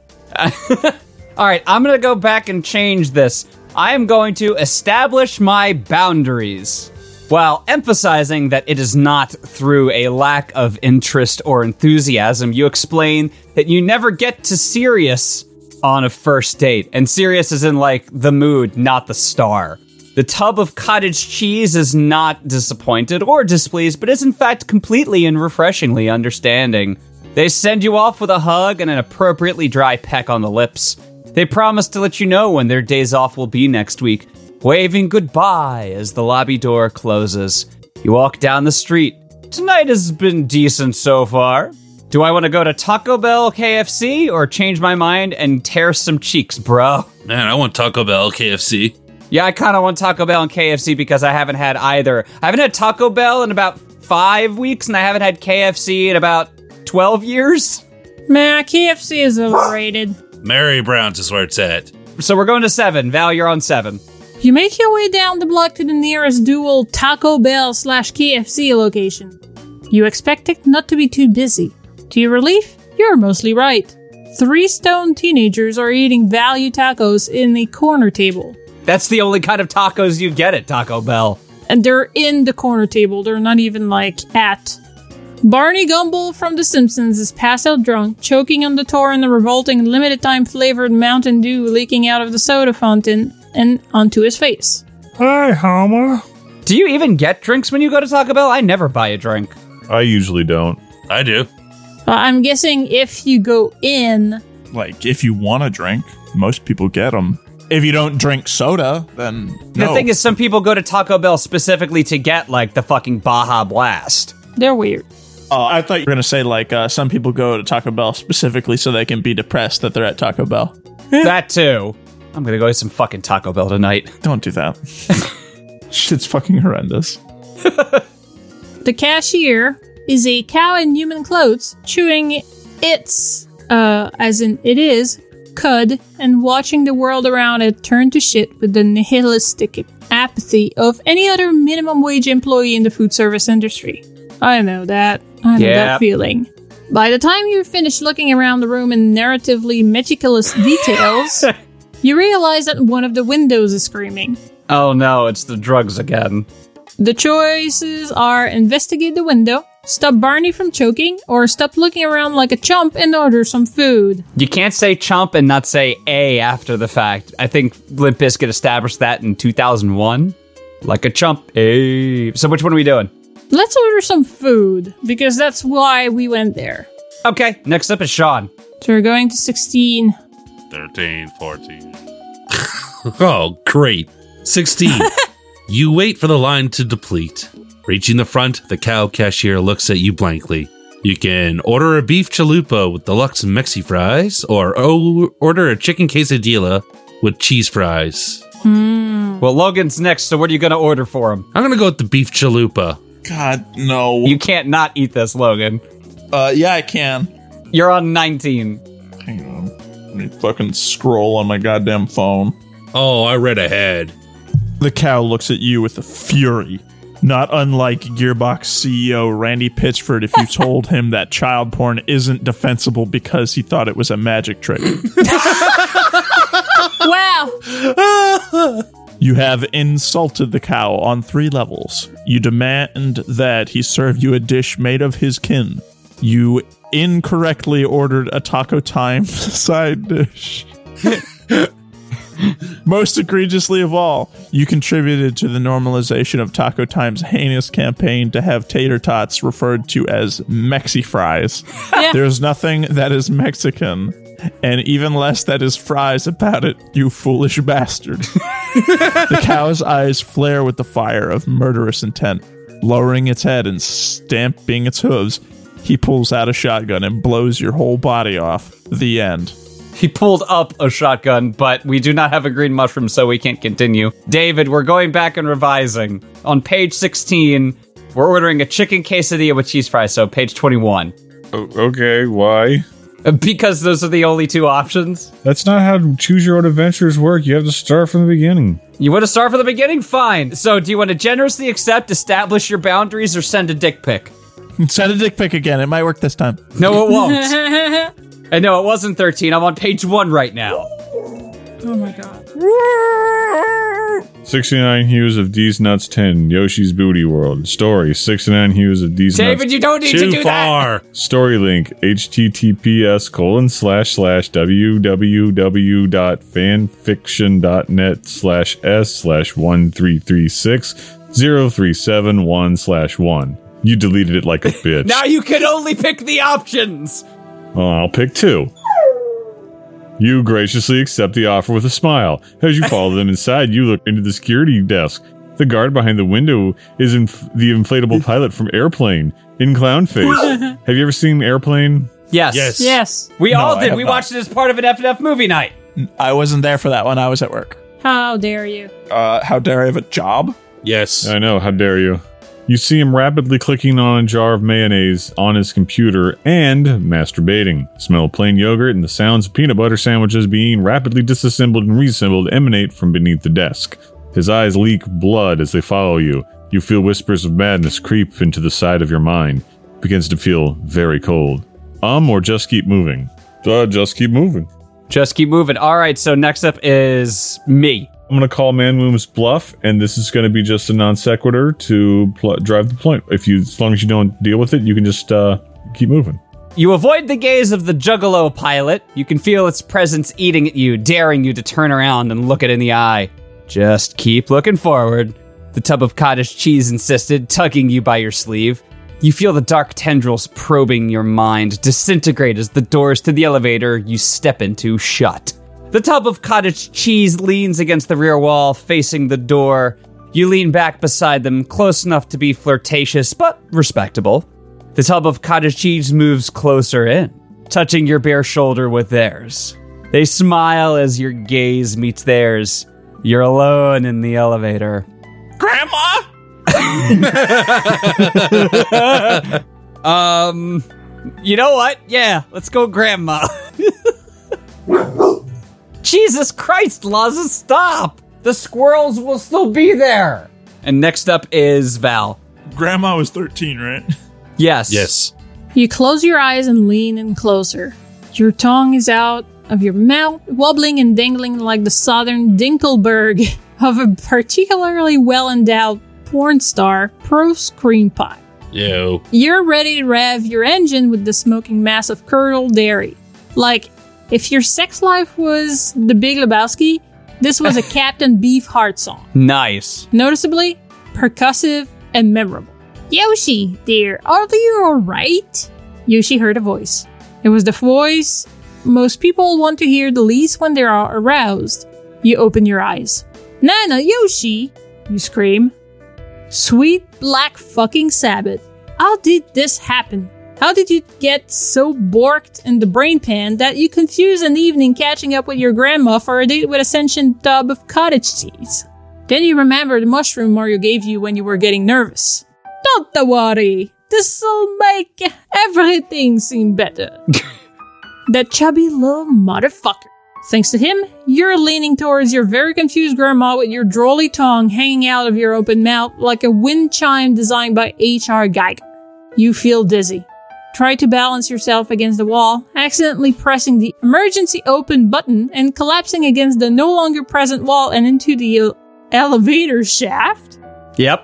[SPEAKER 1] All right, I'm gonna go back and change this. I am going to establish my boundaries while emphasizing that it is not through a lack of interest or enthusiasm. You explain that you never get to serious on a first date, and serious is in like the mood, not the star. The tub of cottage cheese is not disappointed or displeased, but is in fact completely and refreshingly understanding. They send you off with a hug and an appropriately dry peck on the lips. They promise to let you know when their days off will be next week, waving goodbye as the lobby door closes. You walk down the street. Tonight has been decent so far. Do I want to go to Taco Bell KFC or change my mind and tear some cheeks, bro?
[SPEAKER 4] Man, I want Taco Bell, KFC.
[SPEAKER 1] Yeah, I kind of want Taco Bell and KFC because I haven't had either. I haven't had Taco Bell in about five weeks, and I haven't had KFC in about 12 years.
[SPEAKER 8] Man, KFC is overrated.
[SPEAKER 4] Mary Brown's is where it's at.
[SPEAKER 1] So we're going to seven. Val, you're on seven.
[SPEAKER 8] You make your way down the block to the nearest dual Taco Bell slash KFC location. You expect it not to be too busy. To your relief, you're mostly right. Three stone teenagers are eating value tacos in a corner table.
[SPEAKER 1] That's the only kind of tacos you get at Taco Bell.
[SPEAKER 8] and they're in the corner table. They're not even like at. Barney Gumble from The Simpsons is passed out drunk, choking on the torrent of revolting limited time flavored Mountain Dew leaking out of the soda fountain and onto his face.
[SPEAKER 10] Hi, Homer.
[SPEAKER 1] Do you even get drinks when you go to Taco Bell? I never buy a drink.
[SPEAKER 5] I usually don't.
[SPEAKER 4] I do.
[SPEAKER 8] Uh, I'm guessing if you go in,
[SPEAKER 3] Like, if you want to drink, most people get them. If you don't drink soda, then
[SPEAKER 1] The
[SPEAKER 3] no.
[SPEAKER 1] thing is, some people go to Taco Bell specifically to get, like, the fucking Baja Blast.
[SPEAKER 8] they're weird.
[SPEAKER 3] Oh, I thought you were gonna say like uh, some people go to Taco Bell specifically so they can be depressed that they're at Taco Bell.
[SPEAKER 1] that too. I'm gonna go eat some fucking Taco Bell tonight.
[SPEAKER 3] Don't do that. Shit's fucking horrendous.
[SPEAKER 8] The cashier is a cow in human clothes chewing its uh, as in it is, cud, and watching the world around it turn to shit with the nihilistic apathy of any other minimum wage employee in the food service industry. I know that. I know
[SPEAKER 1] Yeah.
[SPEAKER 8] that feeling. By the time you finish looking around the room in narratively meticulous details, you realize that one of the windows is screaming.
[SPEAKER 1] Oh no, it's the drugs again.
[SPEAKER 8] The choices are investigate the window, stop Barney from choking, or stop looking around like a chump and order some food.
[SPEAKER 1] You can't say chomp and not say A after the fact. I think Limp Bizkit established that in 2001. Like a chump. A. So which one are we doing?
[SPEAKER 8] Let's order some food, because that's why we went there.
[SPEAKER 1] Okay, next up is Sean.
[SPEAKER 8] So we're going to 16.
[SPEAKER 4] 13, 14. oh, great. 16. you wait for the line to deplete. Reaching the front, the cow cashier looks at you blankly. You can order a beef chalupa with deluxe Mexi fries, or o- order a chicken quesadilla with cheese fries.
[SPEAKER 1] Well, Logan's next, so what are you going to order for him?
[SPEAKER 4] I'm going to go with the beef chalupa.
[SPEAKER 3] God, no.
[SPEAKER 1] You can't not eat this, Logan.
[SPEAKER 3] Uh, yeah, I can.
[SPEAKER 1] You're on 19.
[SPEAKER 3] Hang on. Let me fucking scroll on my goddamn phone.
[SPEAKER 4] Oh, I read ahead.
[SPEAKER 3] The cow looks at you with a fury, not unlike Gearbox CEO Randy Pitchford if you told him that child porn isn't defensible because he thought it was a magic trick.
[SPEAKER 8] Wow!
[SPEAKER 3] You have insulted the cow on three levels. You demand that he serve you a dish made of his kin. You incorrectly ordered a taco time side dish. Most egregiously of all, you contributed to the normalization of Taco Time's heinous campaign to have tater tots referred to as Mexi fries. There's nothing that is Mexican, and even less that is fries about it, you foolish bastard. the cow's eyes flare with the fire of murderous intent. Lowering its head and stamping its hooves, he pulls out a shotgun and blows your whole body off. The end.
[SPEAKER 1] He pulled up a shotgun, but we do not have a green mushroom, so we can't continue. David, we're going back and revising. On page 16, we're ordering a chicken quesadilla with cheese fries, so page 21.
[SPEAKER 5] O- okay, why?
[SPEAKER 1] Uh, Because those are the only two options.
[SPEAKER 10] That's not how choose your own adventures work. You have to start from the beginning.
[SPEAKER 1] You want to start from the beginning? Fine. So, do you want to generously accept, establish your boundaries, or send a dick pic?
[SPEAKER 3] Send a dick pic again. It might work this time.
[SPEAKER 1] No, it won't. and no, it wasn't 13. I'm on page one right now.
[SPEAKER 8] Oh my god.
[SPEAKER 5] 69 hues of D's Nuts 10, Yoshi's Booty World. Story 69 hues of D's
[SPEAKER 1] David,
[SPEAKER 5] Nuts.
[SPEAKER 1] you don't need to
[SPEAKER 4] Too
[SPEAKER 1] do that.
[SPEAKER 4] far.
[SPEAKER 5] Story link https colon slash slash www.fanfiction.net slash s slash one three three six zero three seven one slash one. You deleted it like a bitch.
[SPEAKER 1] Now you can only pick the options.
[SPEAKER 5] Well, I'll pick two. You graciously accept the offer with a smile. As you follow them inside, you look into the security desk. The guard behind the window is inf- the inflatable pilot from Airplane in clown face. Have you ever seen Airplane?
[SPEAKER 1] Yes.
[SPEAKER 4] Yes.
[SPEAKER 8] Yes.
[SPEAKER 1] We all
[SPEAKER 3] I
[SPEAKER 1] did.
[SPEAKER 3] have
[SPEAKER 1] We
[SPEAKER 3] not.
[SPEAKER 1] watched it as part of an FNF movie night.
[SPEAKER 3] I wasn't there for that one. I was at work.
[SPEAKER 8] How dare you?
[SPEAKER 3] Uh, how dare I have a job?
[SPEAKER 4] Yes.
[SPEAKER 5] I know. How dare you? You see him rapidly clicking on a jar of mayonnaise on his computer and masturbating. Smell of plain yogurt and the sounds of peanut butter sandwiches being rapidly disassembled and reassembled emanate from beneath the desk. His eyes leak blood as they follow you. You feel whispers of madness creep into the side of your mind. Begins to feel very cold. Um, or just keep moving. Uh, just keep moving.
[SPEAKER 1] Just keep moving. All right. So, next up is me.
[SPEAKER 5] I'm going to call Man Moom's bluff, and this is going to be just a non sequitur to pl- drive the point. If you, as long as you don't deal with it, you can just uh, keep moving.
[SPEAKER 1] You avoid the gaze of the juggalo pilot. You can feel its presence eating at you, daring you to turn around and look it in the eye. Just keep looking forward. The tub of cottage cheese insisted, tugging you by your sleeve. You feel the dark tendrils probing your mind, disintegrate as the doors to the elevator you step into shut. The tub of cottage cheese leans against the rear wall, facing the door. You lean back beside them, close enough to be flirtatious, but respectable. The tub of cottage cheese moves closer in, touching your bare shoulder with theirs. They smile as your gaze meets theirs. You're alone in the elevator.
[SPEAKER 3] Grandma?
[SPEAKER 1] Um, You know what? Yeah, let's go, Grandma. Jesus Christ, Laza, stop! The squirrels will still be there! And next up is Val.
[SPEAKER 3] Grandma was 13, right?
[SPEAKER 1] Yes.
[SPEAKER 4] Yes.
[SPEAKER 8] You close your eyes and lean in closer. Your tongue is out of your mouth, wobbling and dangling like the southern Dinkelberg of a particularly well endowed porn star pro screen pie.
[SPEAKER 4] Yo.
[SPEAKER 8] You're ready to rev your engine with the smoking mass of curdled dairy. Like, if your sex life was the Big Lebowski, this was a Captain Beefheart song.
[SPEAKER 1] Nice.
[SPEAKER 8] Noticeably percussive and memorable. Yoshi, dear, are you alright? Yoshi heard a voice. It was the voice most people want to hear the least when they are aroused. You open your eyes. Nana, Yoshi! You scream. Sweet black fucking Sabbath. How did this happen? How did you get so borked in the brain pan that you confuse an evening catching up with your grandma for a date with a sentient tub of cottage cheese? Then you remember the mushroom Mario gave you when you were getting nervous. Don't worry, this'll make everything seem better. that chubby little motherfucker. Thanks to him, you're leaning towards your very confused grandma with your drolly tongue hanging out of your open mouth like a wind chime designed by H.R. Geiger. You feel dizzy. Try to balance yourself against the wall, accidentally pressing the emergency open button and collapsing against the no longer present wall and into the el- elevator shaft.
[SPEAKER 1] Yep.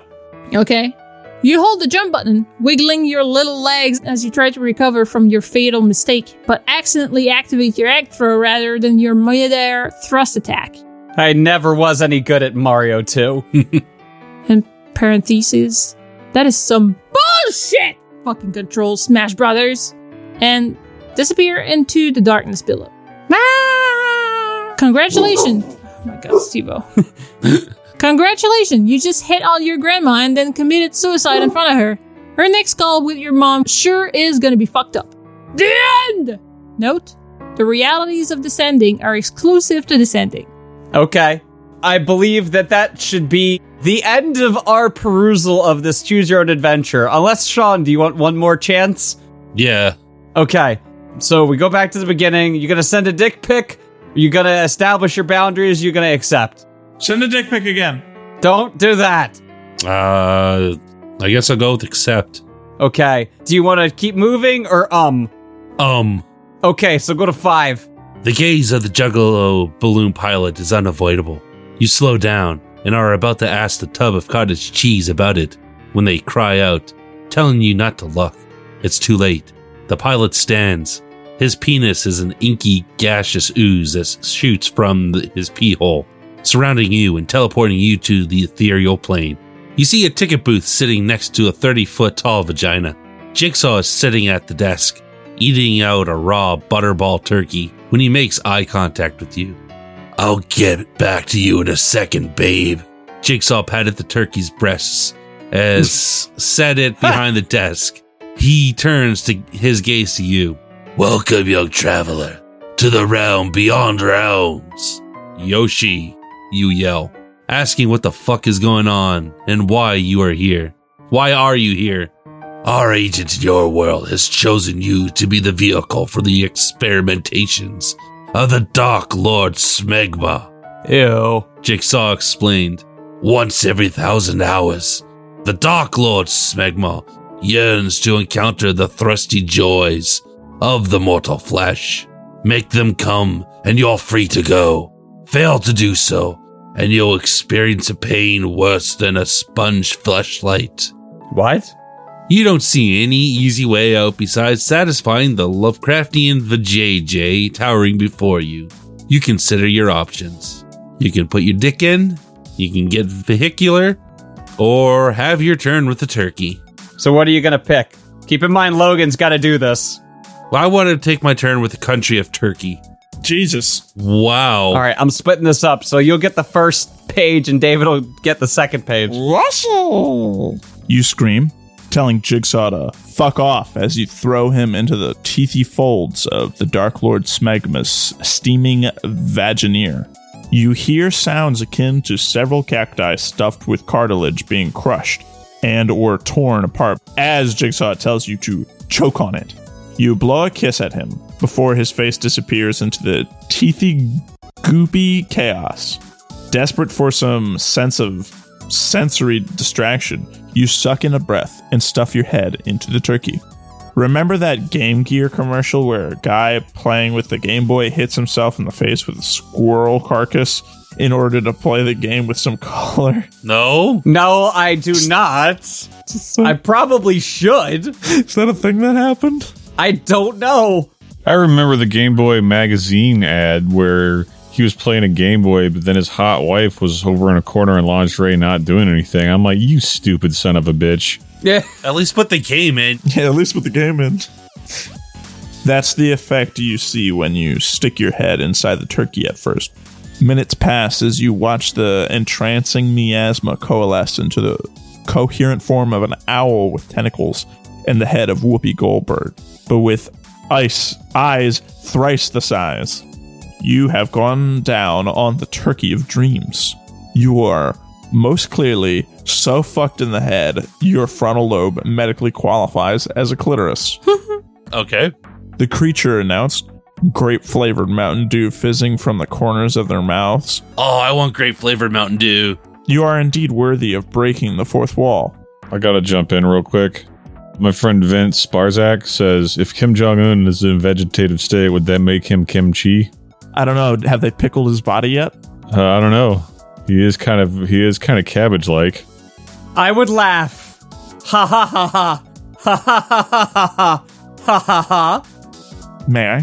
[SPEAKER 8] Okay. You hold the jump button, wiggling your little legs as you try to recover from your fatal mistake, but accidentally activate your act throw rather than your midair thrust attack.
[SPEAKER 1] I never was any good at Mario 2.
[SPEAKER 8] And parentheses, that is some bullshit! Fucking control Smash Brothers. And disappear into the darkness below. Ah! Congratulations! Oh my god, Stevo. Congratulations, you just hit on your grandma and then committed suicide in front of her. Her next call with your mom sure is gonna be fucked up. The end! Note, the realities of descending are exclusive to descending.
[SPEAKER 1] Okay. I believe that that should be the end of our perusal of this Choose Your Own Adventure. Unless, Sean, do you want one more chance?
[SPEAKER 4] Yeah.
[SPEAKER 1] Okay. So we go back to the beginning. You're going to send a dick pic. You're going to establish your boundaries. You're going to accept.
[SPEAKER 3] Send a dick pic again.
[SPEAKER 1] Don't do that.
[SPEAKER 4] Uh, I guess I'll go with accept.
[SPEAKER 1] Okay. Do you want to keep moving or um?
[SPEAKER 4] Um,
[SPEAKER 1] Okay, so go to five.
[SPEAKER 4] the gaze of the juggalo balloon pilot is unavoidable. You slow down and are about to ask the tub of cottage cheese about it when they cry out, telling you not to look. It's too late. The pilot stands. His penis is an inky, gaseous ooze that shoots from the, his pee hole, surrounding you and teleporting you to the ethereal plane. You see a ticket booth sitting next to a 30 foot tall vagina. Jigsaw is sitting at the desk, eating out a raw butterball turkey when he makes eye contact with you. I'll get back to you in a second, babe. Jigsaw patted the turkey's breasts as set it behind the desk. He turns to his gaze to you. Welcome, young traveler, to the realm beyond realms. Yoshi, you yell, asking what the fuck is going on and why you are here. Why are you here? Our agent in your world has chosen you to be the vehicle for the experimentations of the Dark Lord Smegma.
[SPEAKER 1] Ew.
[SPEAKER 4] Jigsaw explained. Once every thousand hours, the Dark Lord Smegma yearns to encounter the thrusty joys of the mortal flesh. Make them come, and you're free to go. Fail to do so, and you'll experience a pain worse than a sponge fleshlight.
[SPEAKER 1] What?
[SPEAKER 4] You don't see any easy way out besides satisfying the Lovecraftian vajayjay towering before you. You consider your options. You can put your dick in, you can get vehicular, or have your turn with the turkey.
[SPEAKER 1] So what are you going to pick? Keep in mind, Logan's got to do this.
[SPEAKER 4] Well, I want to take my turn with the country of Turkey.
[SPEAKER 3] Jesus.
[SPEAKER 4] Wow.
[SPEAKER 1] All right, I'm splitting this up. So you'll get the first page and David will get the second page.
[SPEAKER 3] You scream, telling Jigsaw to fuck off as you throw him into the teethy folds of the Dark Lord Smegma's steaming vagineer. You hear sounds akin to several cacti stuffed with cartilage being crushed and or torn apart as Jigsaw tells you to choke on it. You blow a kiss at him before his face disappears into the teethy, goopy chaos. Desperate for some sense of sensory distraction, you suck in a breath and stuff your head into the turkey. Remember that Game Gear commercial where a guy playing with the Game Boy hits himself in the face with a squirrel carcass in order to play the game with some color?
[SPEAKER 4] No.
[SPEAKER 1] No, I do not. I probably should.
[SPEAKER 3] Is that a thing that happened?
[SPEAKER 1] I don't know.
[SPEAKER 5] I remember the Game Boy magazine ad where he was playing a Game Boy, but then his hot wife was over in a corner in lingerie, not doing anything. I'm like, you stupid son of a bitch.
[SPEAKER 1] Yeah.
[SPEAKER 4] At least put the game in.
[SPEAKER 3] Yeah, at least with the game in. That's the effect you see when you stick your head inside the turkey at first. Minutes pass as you watch the entrancing miasma coalesce into the coherent form of an owl with tentacles and the head of Whoopi Goldberg, but with ice eyes thrice the size. You have gone down on the turkey of dreams. You are most clearly so fucked in the head, your frontal lobe medically qualifies as a clitoris.
[SPEAKER 4] Okay.
[SPEAKER 3] The creature announced, grape flavored Mountain Dew fizzing from the corners of their mouths.
[SPEAKER 4] Oh, I want grape flavored Mountain Dew.
[SPEAKER 3] You are indeed worthy of breaking the fourth wall.
[SPEAKER 5] I gotta jump in real quick. My friend Vince Sparzak says, if Kim Jong Un is in vegetative state, would that make him Kim Chi?
[SPEAKER 3] I don't know, have they pickled his body yet?
[SPEAKER 5] Uh, I don't know. He is kind of he is kind of cabbage like.
[SPEAKER 1] I would laugh. Ha ha ha ha. Ha ha ha ha ha ha. Ha ha ha.
[SPEAKER 3] May I?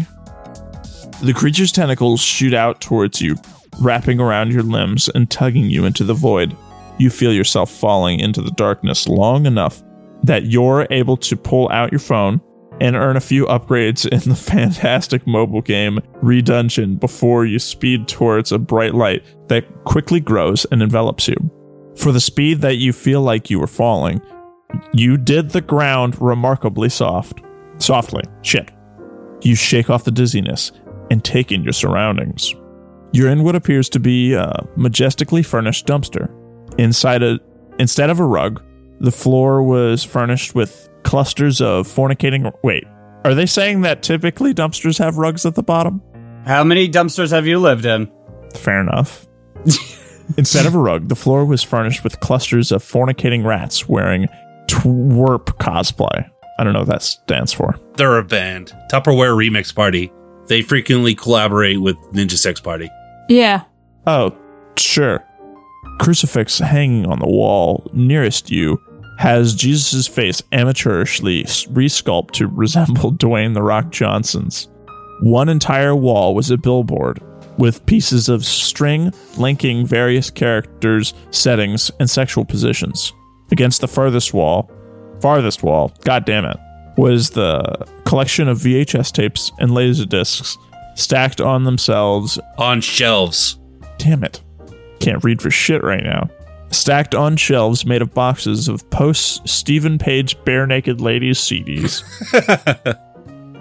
[SPEAKER 3] The creature's tentacles shoot out towards you, wrapping around your limbs and tugging you into the void. You feel yourself falling into the darkness long enough that you're able to pull out your phone and earn a few upgrades in the fantastic mobile game Redungeon before you speed towards a bright light that quickly grows and envelops you. For the speed that you feel like you were falling, you did the ground remarkably soft. Softly. Shit. You shake off the dizziness and take in your surroundings. You're in what appears to be a majestically furnished dumpster. Inside a instead of a rug, the floor was furnished with clusters of fornicating wait. Are they saying that typically dumpsters have rugs at the bottom?
[SPEAKER 1] How many dumpsters have you lived in?
[SPEAKER 3] Fair enough. Instead of a rug, the floor was furnished with clusters of fornicating rats wearing twerp cosplay. I don't know what that stands for.
[SPEAKER 4] They're a band. Tupperware Remix Party. They frequently collaborate with Ninja Sex Party.
[SPEAKER 8] Yeah.
[SPEAKER 3] Oh, sure. Crucifix hanging on the wall nearest you has Jesus' face amateurishly resculpted to resemble Dwayne the Rock Johnson's. One entire wall was a billboard with pieces of string linking various characters, settings, and sexual positions. Against the furthest wall, farthest wall, god damn it, was the collection of VHS tapes and laser discs stacked on themselves
[SPEAKER 4] On shelves.
[SPEAKER 3] Damn it. Can't read for shit right now. Stacked on shelves made of boxes of post Stephen Page Bare Naked Ladies CDs.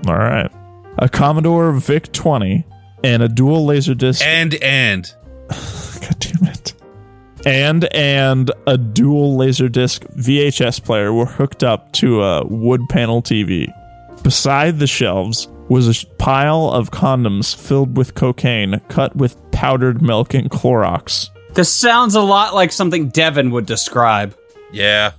[SPEAKER 3] All right. A Commodore VIC 20 and a dual Laserdisc.
[SPEAKER 4] And, and.
[SPEAKER 3] God damn it. And and a dual Laserdisc VHS player were hooked up to a wood panel TV. Beside the shelves was a sh- pile of condoms filled with cocaine cut with powdered milk and Clorox.
[SPEAKER 1] This sounds a lot like something Devin would describe.
[SPEAKER 4] Yeah.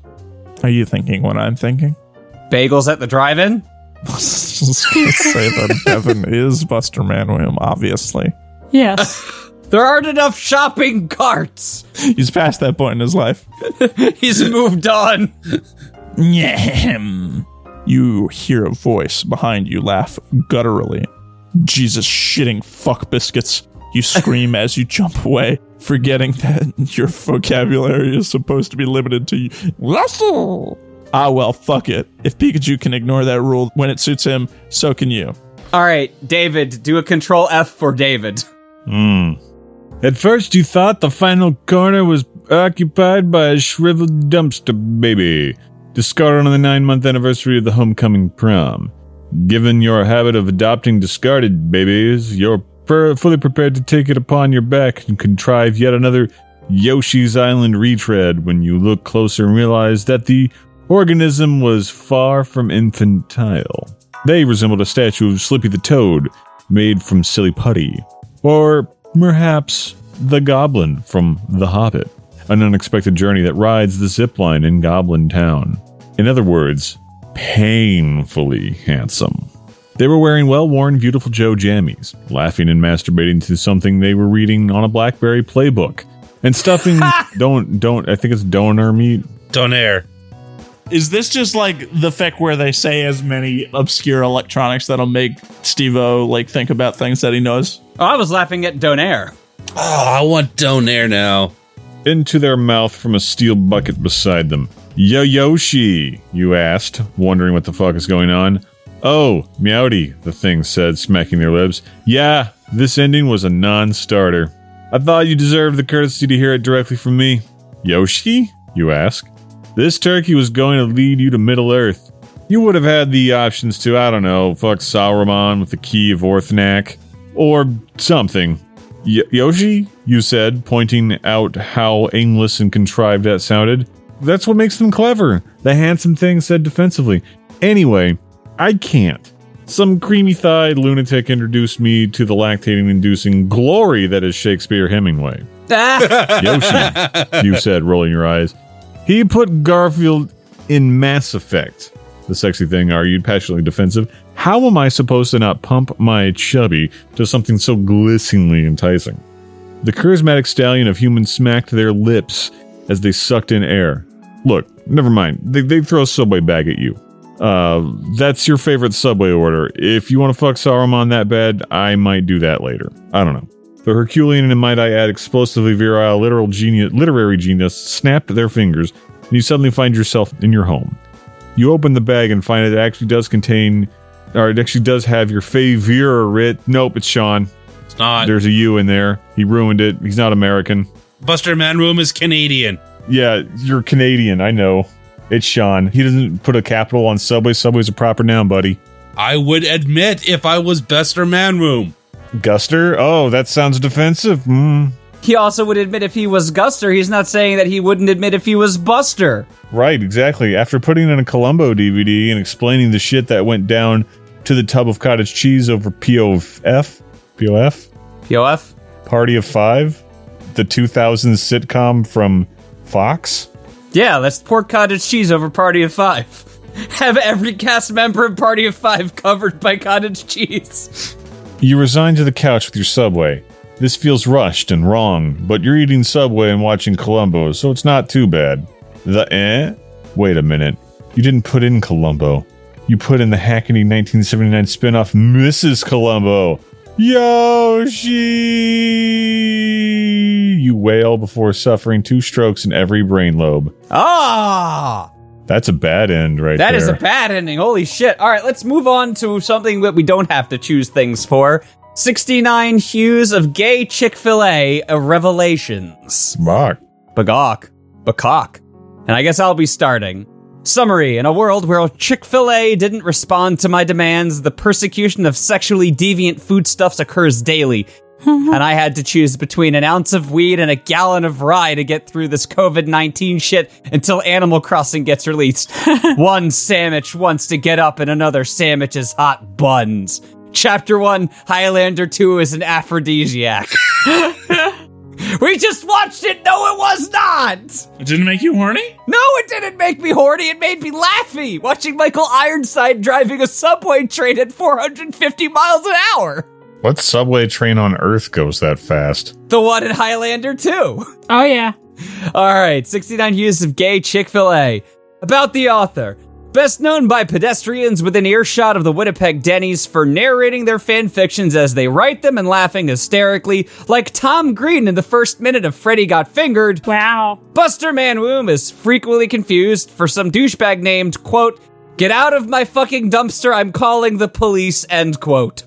[SPEAKER 3] Are you thinking what I'm thinking?
[SPEAKER 1] Bagels at the drive-in?
[SPEAKER 3] I was just gonna say that Devin is Buster Manwham, obviously.
[SPEAKER 8] Yes.
[SPEAKER 1] There aren't enough shopping carts.
[SPEAKER 3] He's past that point in his life.
[SPEAKER 1] He's moved on.
[SPEAKER 3] Nyahem. You hear a voice behind you laugh gutturally. Jesus shitting fuck biscuits. You scream as you jump away, forgetting that your vocabulary is supposed to be limited to wrestle. Ah, well, fuck it. If Pikachu can ignore that rule when it suits him, so can you.
[SPEAKER 1] All right, David, do a control F for David.
[SPEAKER 5] Hmm. At first, you thought the final corner was occupied by a shriveled dumpster baby, discarded on the nine month anniversary of the homecoming prom. Given your habit of adopting discarded babies, you're per- fully prepared to take it upon your back and contrive yet another Yoshi's Island retread when you look closer and realize that the organism was far from infantile. They resembled a statue of Slippy the Toad made from silly putty, or perhaps the Goblin from The Hobbit, an unexpected journey that rides the zip line in Goblin Town. In other words, painfully handsome. They were wearing well worn Beautiful Joe jammies, laughing and masturbating to something they were reading on a Blackberry playbook, and stuffing don't don't I think it's donor meat.
[SPEAKER 4] Donair.
[SPEAKER 3] Is this just like the fic where they say as many obscure electronics that'll make Stevo like think about things that he knows?
[SPEAKER 1] Oh, I was laughing at Donair.
[SPEAKER 4] Oh, I want Donair now.
[SPEAKER 5] Into their mouth from a steel bucket beside them. Yo Yoshi, you asked, wondering what the fuck is going on. Oh, meowdy, the thing said, smacking their lips. Yeah, this ending was a non starter. I thought you deserved the courtesy to hear it directly from me. Yoshi? You ask. This turkey was going to lead you to Middle Earth. You would have had the options to, I don't know, fuck Sauron with the key of Orthnac, or something. Y- Yoshi? You said, pointing out how aimless and contrived that sounded. That's what makes them clever, the handsome thing said defensively. Anyway, I can't. Some creamy thighed lunatic introduced me to the lactating inducing glory that is Shakespeare Hemingway.
[SPEAKER 1] Ah,
[SPEAKER 5] Yoshi, you said, rolling your eyes. He put Garfield in Mass Effect. The sexy thing argued, passionately defensive. How am I supposed to not pump my chubby to something so glisteningly enticing? The charismatic stallion of humans smacked their lips as they sucked in air. Look, never mind. They, they throw a subway bag at you. Uh, that's your favorite subway order. If you want to fuck Saruman that bad, I might do that later. I don't know. The Herculean and might I add explosively virile literal genius, literary genius snapped their fingers, and you suddenly find yourself in your home. You open the bag and find it actually does contain, or it actually does have your favorite. Nope, it's Sean.
[SPEAKER 4] It's not.
[SPEAKER 5] There's a U in there. He ruined it. He's not American.
[SPEAKER 4] Buster Manroom is Canadian.
[SPEAKER 5] Yeah, you're Canadian. I know. It's Sean. He doesn't put a capital on Subway. Subway's a proper noun, buddy.
[SPEAKER 4] I would admit if I was Buster Manroom.
[SPEAKER 5] Guster? Oh, that sounds defensive. Mm.
[SPEAKER 1] He also would admit if he was Guster. He's not saying that he wouldn't admit if he was Buster.
[SPEAKER 5] Right, exactly. After putting in a Columbo DVD and explaining the shit that went down to the tub of cottage cheese over POF, POF,
[SPEAKER 1] POF?
[SPEAKER 5] Party of Five, the 2000 sitcom from Fox.
[SPEAKER 1] Yeah, let's pour cottage cheese over Party of Five. Have every cast member in Party of Five covered by cottage cheese.
[SPEAKER 5] You resign to the couch with your Subway. This feels rushed and wrong, but you're eating Subway and watching Columbo, so it's not too bad. The eh? Wait a minute. You didn't put in Columbo. You put in the Hackney 1979 spin off Mrs. Columbo. Yoshi! You wail before suffering two strokes in every brain lobe.
[SPEAKER 1] Ah!
[SPEAKER 5] That's a bad end right
[SPEAKER 1] That
[SPEAKER 5] there.
[SPEAKER 1] is a bad ending. Holy shit. All right, let's move on to something that we don't have to choose things for. 69 Hues of Gay Chick fil A Revelations.
[SPEAKER 5] Mark.
[SPEAKER 1] Bagok. Bacock. And I guess I'll be starting. Summary In a world where Chick fil A didn't respond to my demands, the persecution of sexually deviant foodstuffs occurs daily. and I had to choose between an ounce of weed and a gallon of rye to get through this COVID 19 shit until Animal Crossing gets released. one sandwich wants to get up, and another sandwich is hot buns. Chapter 1 Highlander 2 is an aphrodisiac. we just watched it! No, it was not!
[SPEAKER 3] It didn't make you horny?
[SPEAKER 1] No, it didn't make me horny. It made me laughy watching Michael Ironside driving a subway train at 450 miles an hour.
[SPEAKER 5] What subway train on Earth goes that fast?
[SPEAKER 1] The one in Highlander 2.
[SPEAKER 8] Oh, yeah.
[SPEAKER 1] All right, 69 Years of Gay Chick fil A. About the author. Best known by pedestrians within earshot of the Winnipeg Denny's for narrating their fan fictions as they write them and laughing hysterically, like Tom Green in the first minute of Freddy Got Fingered,
[SPEAKER 8] Wow.
[SPEAKER 1] Buster Manwomb is frequently confused for some douchebag named, quote, Get out of my fucking dumpster, I'm calling the police, end quote.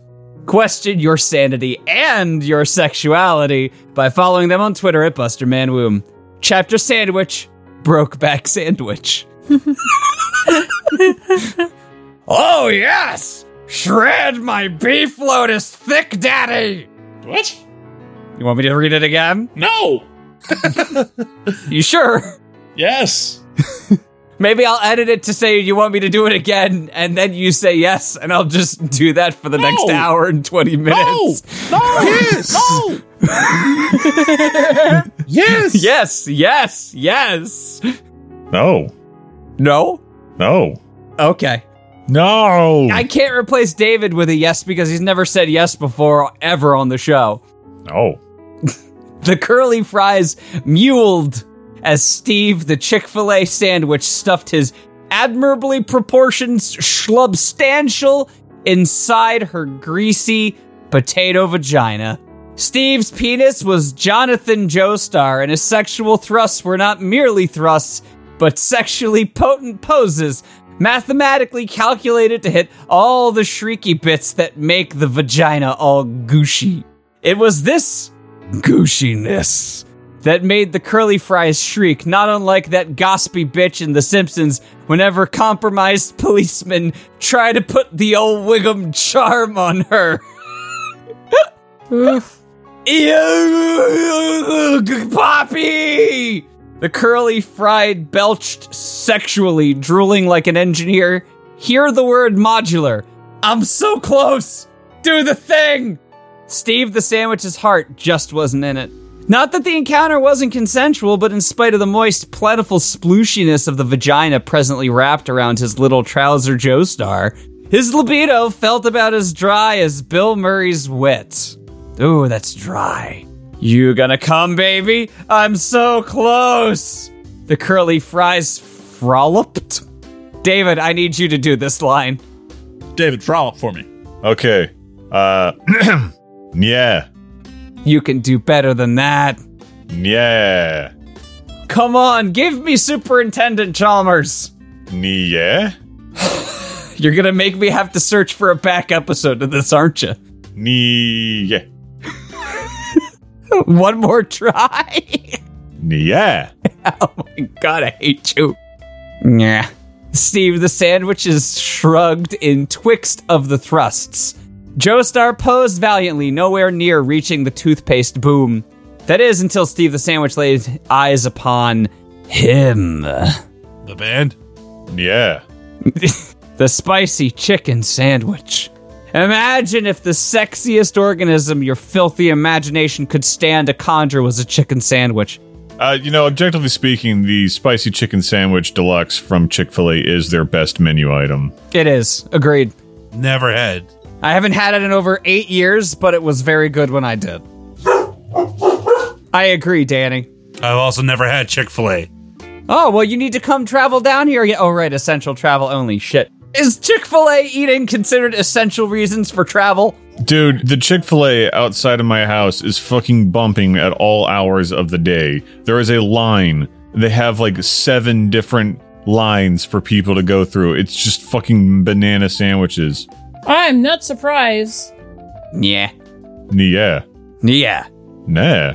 [SPEAKER 1] Question your sanity and your sexuality by following them on Twitter at Buster Manwomb. Chapter Sandwich, Brokeback Sandwich. oh, yes! Shred my beef lotus thick daddy!
[SPEAKER 3] What?
[SPEAKER 1] You want me to read it again?
[SPEAKER 3] No!
[SPEAKER 1] You sure?
[SPEAKER 3] Yes!
[SPEAKER 1] Maybe I'll edit it to say you want me to do it again, and then you say yes, and I'll just do that for the next hour and 20 minutes.
[SPEAKER 11] No! Yes! No! yes!
[SPEAKER 1] Yes, yes, yes.
[SPEAKER 5] No.
[SPEAKER 1] No?
[SPEAKER 5] No.
[SPEAKER 1] Okay.
[SPEAKER 5] No.
[SPEAKER 1] I can't replace David with a yes because he's never said yes before ever on the show.
[SPEAKER 5] No.
[SPEAKER 1] The curly fries muled as Steve, the Chick fil A sandwich, stuffed his admirably proportioned schlubstantial inside her greasy potato vagina. Steve's penis was Jonathan Joestar, and his sexual thrusts were not merely thrusts, but sexually potent poses, mathematically calculated to hit all the shrieky bits that make the vagina all gooshy. It was this gooshiness that made the curly fries shriek, not unlike that gossipy bitch in The Simpsons whenever compromised policemen try to put the old Wiggum charm on her. Ew, Poppy! The curly fried belched sexually, drooling like an engineer. Hear the word modular. I'm so close! Do the thing! Steve the sandwich's heart just wasn't in it. Not that the encounter wasn't consensual, but in spite of the moist, plentiful splooshiness of the vagina presently wrapped around his little trouser joestar, his libido felt about as dry as Bill Murray's wit. Ooh, that's dry. You gonna come, baby? I'm so close! The curly fries frolicked. David, I need you to do this line.
[SPEAKER 3] David, frolic for me.
[SPEAKER 5] Okay. Uh, yeah.
[SPEAKER 1] You can do better than that.
[SPEAKER 5] Yeah.
[SPEAKER 1] Come on, give me Superintendent Chalmers.
[SPEAKER 5] Yeah.
[SPEAKER 1] You're gonna make me have to search for a back episode of this, aren't you?
[SPEAKER 5] Yeah.
[SPEAKER 1] One more try.
[SPEAKER 5] Yeah.
[SPEAKER 1] oh my god, I hate you. Yeah. Steve, the sandwich is shrugged in twixt of the thrusts. Joestar posed valiantly, nowhere near reaching the toothpaste boom. That is until Steve the Sandwich laid eyes upon him.
[SPEAKER 4] The band?
[SPEAKER 5] Yeah.
[SPEAKER 1] the spicy chicken sandwich. Imagine if the sexiest organism your filthy imagination could stand to conjure was a chicken sandwich.
[SPEAKER 5] Uh, you know, objectively speaking, the spicy chicken sandwich deluxe from Chick fil A is their best menu item.
[SPEAKER 1] It is. Agreed.
[SPEAKER 4] Never had.
[SPEAKER 1] I haven't had it in over eight years, but it was very good when I did. I agree, Danny.
[SPEAKER 4] I've also never had Chick fil A.
[SPEAKER 1] Oh, well, you need to come travel down here. Yeah, oh, right, essential travel only. Shit. Is Chick fil A eating considered essential reasons for travel?
[SPEAKER 5] Dude, the Chick fil A outside of my house is fucking bumping at all hours of the day. There is a line. They have like seven different lines for people to go through. It's just fucking banana sandwiches.
[SPEAKER 8] I'm not surprised.
[SPEAKER 1] Yeah.
[SPEAKER 5] Yeah.
[SPEAKER 1] Yeah.
[SPEAKER 5] Nah.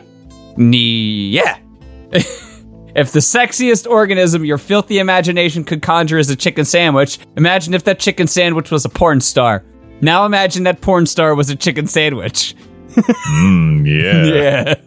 [SPEAKER 1] Yeah. if the sexiest organism your filthy imagination could conjure is a chicken sandwich, imagine if that chicken sandwich was a porn star. Now imagine that porn star was a chicken sandwich.
[SPEAKER 5] Mm, yeah.
[SPEAKER 1] Yeah.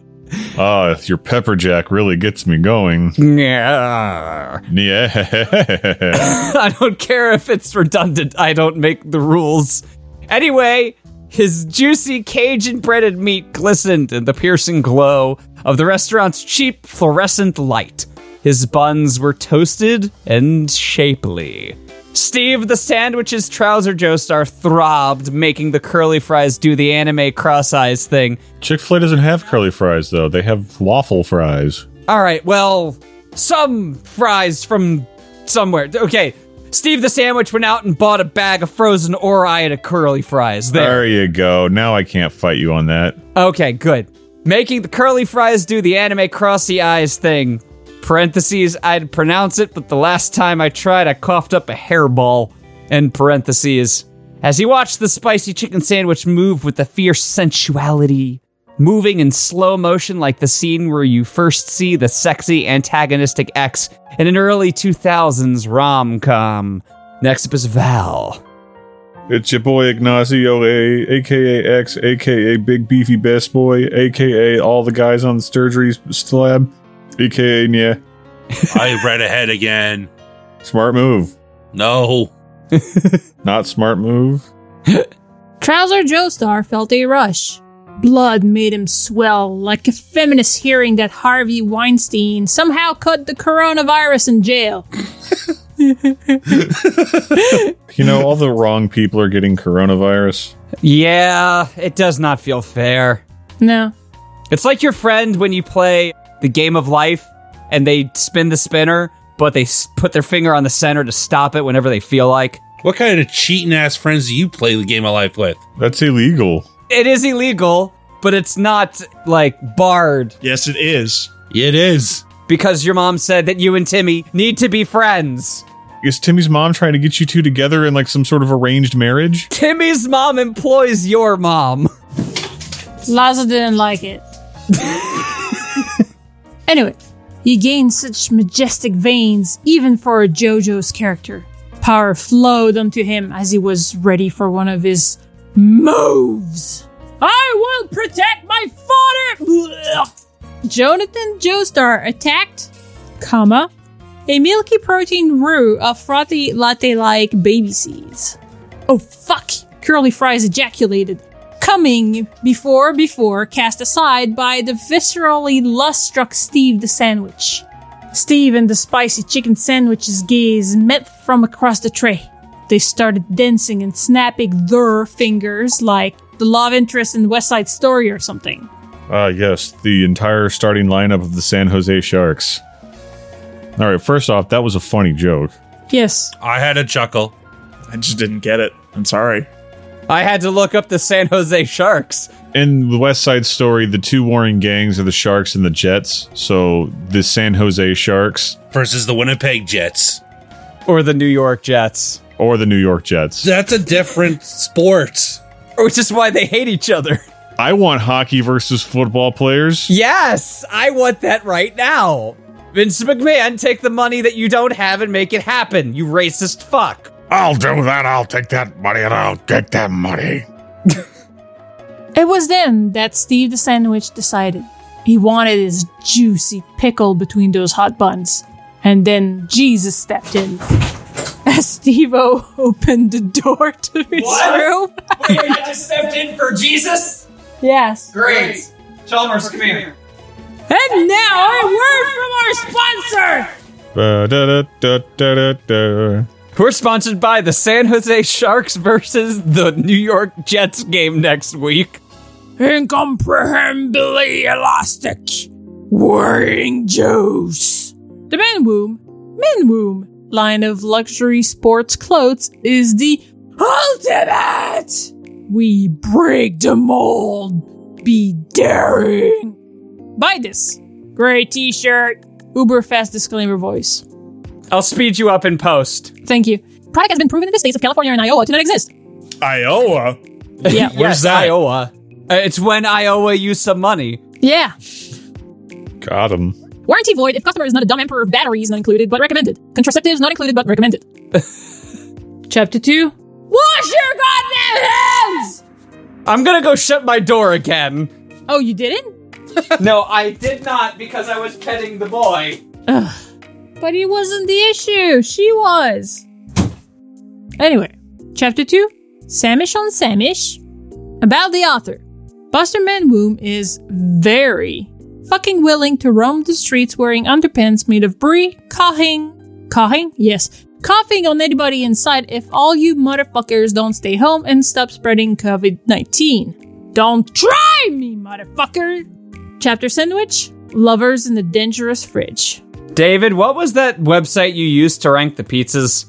[SPEAKER 5] Ah, your pepper jack really gets me going.
[SPEAKER 1] Yeah.
[SPEAKER 5] Yeah.
[SPEAKER 1] I don't care if it's redundant. I don't make the rules. Anyway, his juicy Cajun breaded meat glistened in the piercing glow of the restaurant's cheap fluorescent light. His buns were toasted and shapely. Steve the Sandwich's trouser joestar throbbed, making the curly fries do the anime cross eyes thing.
[SPEAKER 5] Chick fil A doesn't have curly fries, though. They have waffle fries.
[SPEAKER 1] All right, well, some fries from somewhere. Okay, Steve the Sandwich went out and bought a bag of frozen Ori to curly fries. There.
[SPEAKER 5] There you go. Now I can't fight you on that.
[SPEAKER 1] Okay, good. Making the curly fries do the anime crossy eyes thing. Parentheses, I'd pronounce it, but the last time I tried, I coughed up a hairball. End parentheses. As he watched the spicy chicken sandwich move with the fierce sensuality, moving in slow motion like the scene where you first see the sexy antagonistic ex in an early 2000s rom com. Next up is Val.
[SPEAKER 5] It's your boy Ignacio, a, aka X, aka Big Beefy Best Boy, aka all the guys on the Sturgery slab, aka yeah.
[SPEAKER 4] I read ahead again.
[SPEAKER 5] Smart move.
[SPEAKER 4] No.
[SPEAKER 5] Not smart move.
[SPEAKER 8] Trouser Joestar felt a rush. Blood made him swell like a feminist hearing that Harvey Weinstein somehow caught the coronavirus in jail.
[SPEAKER 5] You know, all the wrong people are getting coronavirus.
[SPEAKER 1] Yeah, it does not feel fair.
[SPEAKER 8] No.
[SPEAKER 1] It's like your friend when you play the game of life and they spin the spinner, but they s- put their finger on the center to stop it whenever they feel like.
[SPEAKER 4] What kind of cheating ass friends do you play the game of life with?
[SPEAKER 5] That's illegal.
[SPEAKER 1] It is illegal, but it's not like barred.
[SPEAKER 3] Yes, it is.
[SPEAKER 4] It is.
[SPEAKER 1] Because your mom said that you and Timmy need to be friends.
[SPEAKER 5] Is Timmy's mom trying to get you two together in like some sort of arranged marriage?
[SPEAKER 1] Timmy's mom employs your mom.
[SPEAKER 8] Laza didn't like it. anyway, you gained such majestic veins, even for JoJo's character. Power flowed onto him as he was ready for one of his moves. I will protect my father! Blech. Jonathan Joestar attacked, comma, a milky protein roux of frothy latte-like baby seeds. Oh fuck! Curly Fries ejaculated. Coming before before cast aside by the viscerally lust-struck Steve the sandwich. Steve and the spicy chicken sandwich's gaze met from across the tray. They started dancing and snapping their fingers like the love interest in West Side Story or something.
[SPEAKER 5] Ah, yes, the entire starting lineup of the San Jose Sharks. All right, first off, that was a funny joke.
[SPEAKER 8] Yes.
[SPEAKER 4] I had a chuckle.
[SPEAKER 3] I just didn't get it. I'm sorry.
[SPEAKER 1] I had to look up the San Jose Sharks.
[SPEAKER 5] In the West Side Story, the two warring gangs are the Sharks and the Jets. So the San Jose Sharks
[SPEAKER 4] Versus the Winnipeg Jets.
[SPEAKER 1] Or the New York Jets.
[SPEAKER 5] or the New York Jets.
[SPEAKER 4] That's a different sport.
[SPEAKER 1] Which is why they hate each other.
[SPEAKER 5] I want hockey versus football players.
[SPEAKER 1] Yes, I want that right now. Vince McMahon, take the money that you don't have and make it happen, you racist fuck.
[SPEAKER 9] I'll do that. I'll take that money and I'll get that money.
[SPEAKER 8] It was then that Steve the Sandwich decided he wanted his juicy pickle between those hot buns. And then Jesus stepped in. As Steve O opened the door to his
[SPEAKER 1] What?
[SPEAKER 8] room.
[SPEAKER 1] Wait, I just stepped in for Jesus?
[SPEAKER 8] Yes.
[SPEAKER 1] Great. Chalmers, come here.
[SPEAKER 8] And now a word from our sponsor!
[SPEAKER 5] Ba-da-da-da-da-da.
[SPEAKER 1] We're sponsored by the San Jose Sharks versus the New York Jets game next week.
[SPEAKER 8] Incomprehensibly elastic. Whirring juice. The Men Womb, Men Womb line of luxury sports clothes is the ultimate. We break the mold. Be daring. Buy this. Gray t shirt. Uber fast disclaimer voice.
[SPEAKER 1] I'll speed you up in post.
[SPEAKER 8] Thank you. Product has been proven in the states of California and Iowa to not exist.
[SPEAKER 3] Iowa.
[SPEAKER 8] Yeah.
[SPEAKER 1] Where's that? Iowa. Uh, It's when Iowa used some money.
[SPEAKER 8] Yeah.
[SPEAKER 5] Got him.
[SPEAKER 8] Warranty void if customer is not a dumb emperor. Batteries not included, but recommended. Contraceptives not included, but recommended. Chapter 2 Wash your goddamn hands!
[SPEAKER 1] I'm gonna go shut my door again.
[SPEAKER 8] Oh, you didn't?
[SPEAKER 1] no, I did not because I was petting the boy.
[SPEAKER 8] But he wasn't the issue. She was. Anyway, Chapter 2 Samish on Samish. About the author. Buster Manwomb is very fucking willing to roam the streets wearing underpants made of brie, coughing, coughing, yes, coughing on anybody inside if all you motherfuckers don't stay home and stop spreading COVID 19. Don't try me, motherfucker! Chapter Sandwich Lovers in the Dangerous Fridge.
[SPEAKER 1] David, what was that website you used to rank the pizzas?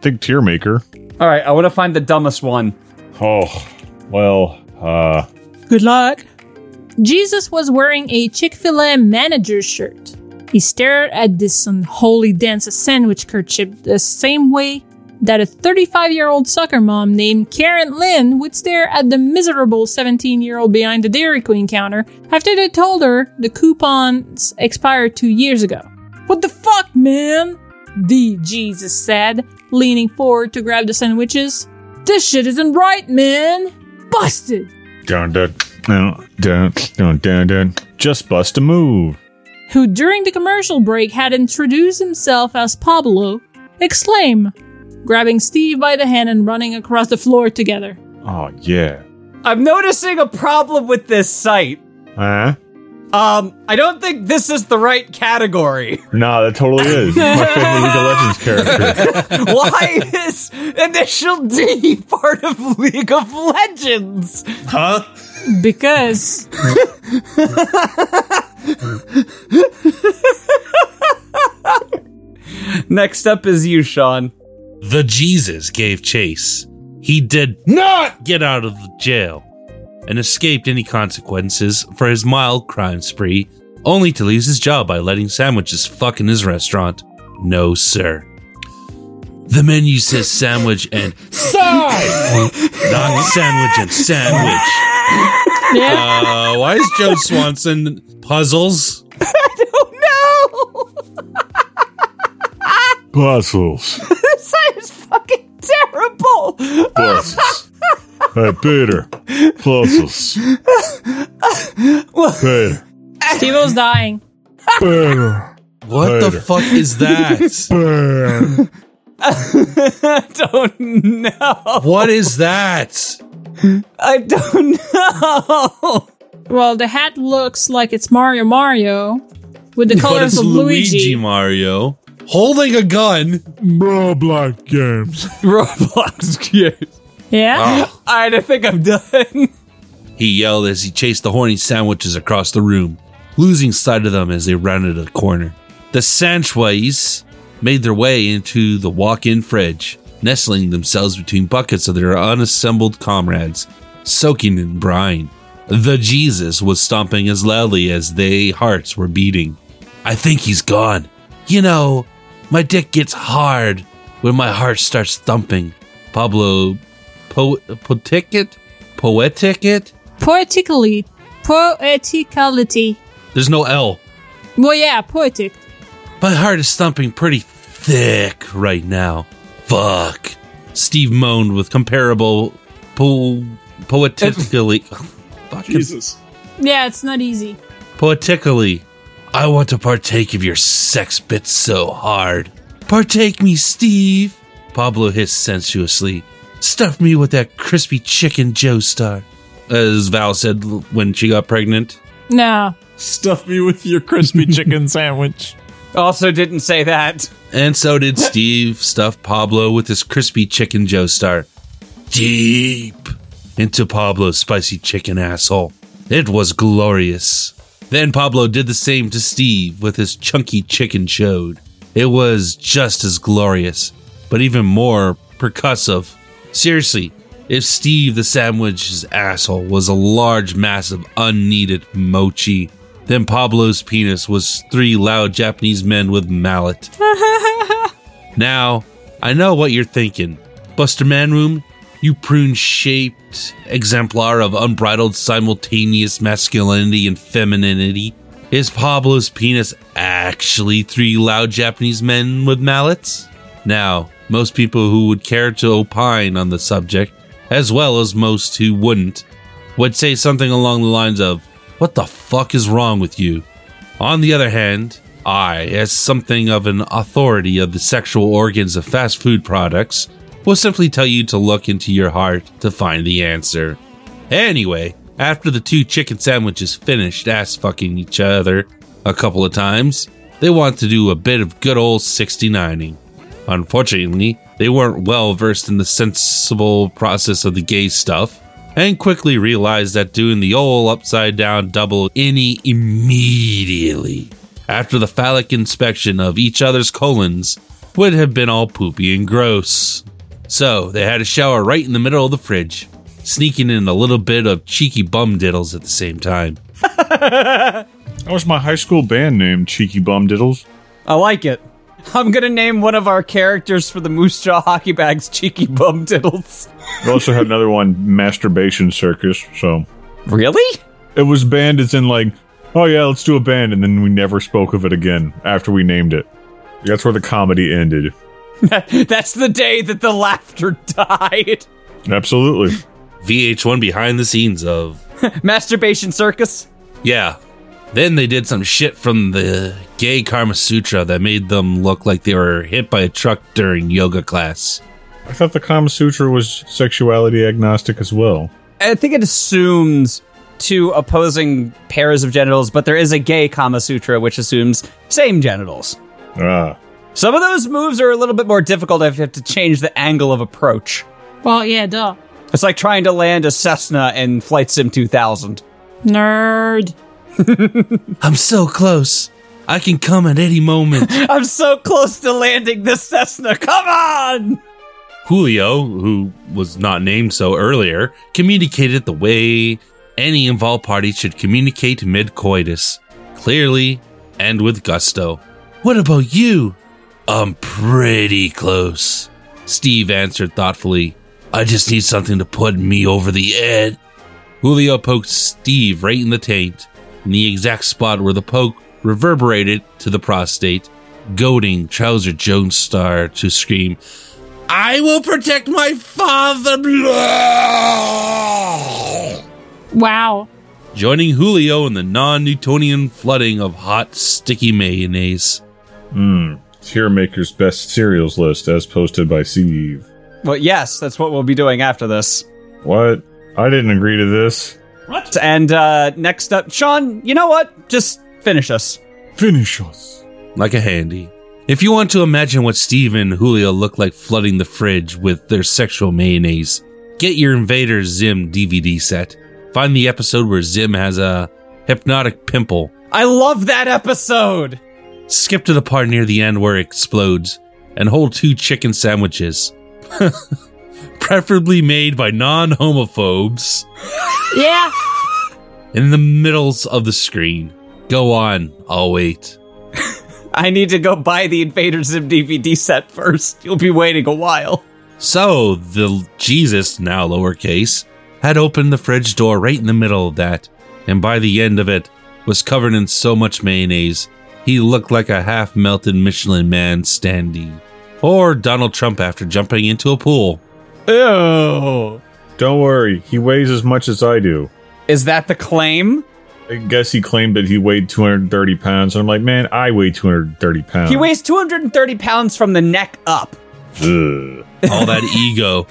[SPEAKER 5] Think tear maker.
[SPEAKER 1] All right, I want to find the dumbest one.
[SPEAKER 5] Oh, well, uh,
[SPEAKER 8] Good luck. Jesus was wearing a Chick fil A manager's shirt. He stared at this unholy dance of sandwich kerchief the same way that a 35 year old soccer mom named Karen Lynn would stare at the miserable 17 year old behind the Dairy Queen counter after they told her the coupons expired two years ago. What the fuck, man? The Jesus said, leaning forward to grab the sandwiches. This shit isn't right, man! Busted!
[SPEAKER 5] dun dun dun dun dun dun dun. Just bust a move.
[SPEAKER 8] who during the commercial break had introduced himself as Pablo Exclaim! Grabbing Steve by the hand and running across the floor together.
[SPEAKER 5] Oh, yeah.
[SPEAKER 1] I'm noticing a problem with this site.
[SPEAKER 5] Huh?
[SPEAKER 1] Um, I don't think this is the right category.
[SPEAKER 5] Nah, that totally is. My favorite League of Legends character.
[SPEAKER 1] Why is Initial D part of League of Legends?
[SPEAKER 4] Huh?
[SPEAKER 8] Because.
[SPEAKER 1] Next up is you, Sean.
[SPEAKER 4] The Jesus gave chase. He did not get out of the jail and escaped any consequences for his mild crime spree, only to lose his job by letting sandwiches fuck in his restaurant. No, sir. The menu says sandwich and
[SPEAKER 11] Side!
[SPEAKER 4] not sandwich and sandwich. Uh, why is Joe Swanson puzzles?
[SPEAKER 1] Oh,
[SPEAKER 9] Puzzles.
[SPEAKER 11] this site is fucking terrible.
[SPEAKER 9] Puzzles. Hey, Peter. Puzzles. Peter.
[SPEAKER 8] Steve O's dying.
[SPEAKER 9] Peter.
[SPEAKER 4] What the fuck is that?
[SPEAKER 9] Peter.
[SPEAKER 1] I don't know.
[SPEAKER 4] What is that?
[SPEAKER 1] I don't know.
[SPEAKER 8] Well, the hat looks like it's Mario Mario with the
[SPEAKER 4] But
[SPEAKER 8] colors
[SPEAKER 4] it's
[SPEAKER 8] of
[SPEAKER 4] Luigi.
[SPEAKER 8] Luigi.
[SPEAKER 4] Mario holding a gun.
[SPEAKER 9] Roblox games.
[SPEAKER 1] Roblox games.
[SPEAKER 8] Yeah?
[SPEAKER 4] Oh.
[SPEAKER 1] Alright, I think I'm done.
[SPEAKER 4] He yelled as he chased the horny sandwiches across the room, losing sight of them as they rounded a corner. The Sanchways made their way into the walk in fridge, nestling themselves between buckets of their unassembled comrades, soaking in brine. The Jesus was stomping as loudly as they hearts were beating. I think he's gone. You know, my dick gets hard when my heart starts thumping. Pablo po- Poetic? Poetic it?
[SPEAKER 8] Poetically. Poeticality.
[SPEAKER 4] There's no L.
[SPEAKER 8] Well, yeah, poetic.
[SPEAKER 4] My heart is thumping pretty thick right now. Fuck. Steve moaned with comparable po- poetically. Fucking-
[SPEAKER 8] Yeah, it's not easy.
[SPEAKER 4] Poetically. I want to partake of your sex bits so hard. Partake me, Steve. Pablo hissed sensuously. Stuff me with that crispy chicken Joe star. As Val said l- when she got pregnant.
[SPEAKER 8] No.
[SPEAKER 3] Stuff me with your crispy chicken sandwich.
[SPEAKER 1] Also, didn't say that.
[SPEAKER 4] And so did Steve stuff Pablo with his crispy chicken Joe star deep into Pablo's spicy chicken asshole. It was glorious. Then Pablo did the same to Steve with his chunky chicken chode. It was just as glorious, but even more percussive. Seriously, if Steve the sandwich's asshole was a large mass of unneeded mochi, then Pablo's penis was three loud Japanese men with mallet. Now, I know what you're thinking. Buster Manroom, you prune shaped exemplar of unbridled simultaneous masculinity and femininity. Is Pablo's penis actually three loud Japanese men with mallets? Now, most people who would care to opine on the subject, as well as most who wouldn't, would say something along the lines of, What the fuck is wrong with you? On the other hand, I, as something of an authority of the sexual organs of fast food products, will simply tell you to look into your heart to find the answer. Anyway, after the two chicken sandwiches finished ass fucking each other a couple of times, they want to do a bit of good old 69ing. Unfortunately, they weren't well versed in the sensible process of the gay stuff, and quickly realized that doing the old upside down double innie immediately after the phallic inspection of each other's colons would have been all poopy and gross. So they had a shower right in the middle of the fridge, sneaking in a little bit of cheeky bum diddles at the same time.
[SPEAKER 5] That was my high school band name, Cheeky Bum Diddles.
[SPEAKER 1] I like it. I'm gonna name one of our characters for the Moose Jaw Hockey Bags Cheeky Bum Diddles.
[SPEAKER 5] We also had another one, Masturbation Circus, so.
[SPEAKER 1] Really?
[SPEAKER 5] It was banned as in, like, oh yeah, let's do a band, and then we never spoke of it again after we named it. That's where the comedy ended.
[SPEAKER 1] That's the day that the laughter died.
[SPEAKER 5] Absolutely.
[SPEAKER 4] VH1 behind the scenes of.
[SPEAKER 1] Masturbation Circus?
[SPEAKER 4] Yeah. Then they did some shit from the gay Karma Sutra that made them look like they were hit by a truck during yoga class.
[SPEAKER 5] I thought the Kama Sutra was sexuality agnostic as well.
[SPEAKER 1] I think it assumes two opposing pairs of genitals, but there is a gay Kama Sutra which assumes same genitals.
[SPEAKER 5] Ah.
[SPEAKER 1] Some of those moves are a little bit more difficult if you have to change the angle of approach.
[SPEAKER 8] Well, yeah, duh.
[SPEAKER 1] It's like trying to land a Cessna in Flight Sim 2000.
[SPEAKER 8] Nerd.
[SPEAKER 4] I'm so close. I can come at any moment.
[SPEAKER 1] I'm so close to landing this Cessna. Come on!
[SPEAKER 4] Julio, who was not named so earlier, communicated the way any involved party should communicate mid coitus, clearly and with gusto. What about you? I'm pretty close, Steve answered thoughtfully. I just need something to put me over the edge. Julio poked Steve right in the taint, in the exact spot where the poke reverberated to the prostate, goading Trouser Jones Star to scream, I will protect my father.
[SPEAKER 8] Wow.
[SPEAKER 4] joining Julio in the non Newtonian flooding of hot, sticky mayonnaise.
[SPEAKER 5] Hmm. Tier Maker's best cereals list as posted by Steve.
[SPEAKER 1] Well, yes, that's what we'll be doing after this.
[SPEAKER 5] What? I didn't agree to this.
[SPEAKER 1] What? And uh, next up, Sean, you know what? Just finish us.
[SPEAKER 4] Finish us. Like a handy. If you want to imagine what Steve and Julio look like flooding the fridge with their sexual mayonnaise, get your Invader Zim DVD set. Find the episode where Zim has a hypnotic pimple.
[SPEAKER 1] I love that episode!
[SPEAKER 4] Skip to the part near the end where it explodes and hold two chicken sandwiches. Preferably made by non homophobes.
[SPEAKER 8] Yeah.
[SPEAKER 4] in the middles of the screen. Go on, I'll wait.
[SPEAKER 1] I need to go buy the Invader Zim DVD set first. You'll be waiting a while.
[SPEAKER 4] So, the Jesus, now lowercase, had opened the fridge door right in the middle of that, and by the end of it, was covered in so much mayonnaise, he looked like a half melted Michelin man standing. Or Donald Trump after jumping into a pool.
[SPEAKER 1] Ew.
[SPEAKER 5] Don't worry, he weighs as much as I do.
[SPEAKER 1] Is that the claim?
[SPEAKER 5] I guess he claimed that he weighed 230 pounds, and I'm like, man, I weigh 230 pounds.
[SPEAKER 1] He weighs 230 pounds from the neck up.
[SPEAKER 5] Ugh.
[SPEAKER 4] All that ego.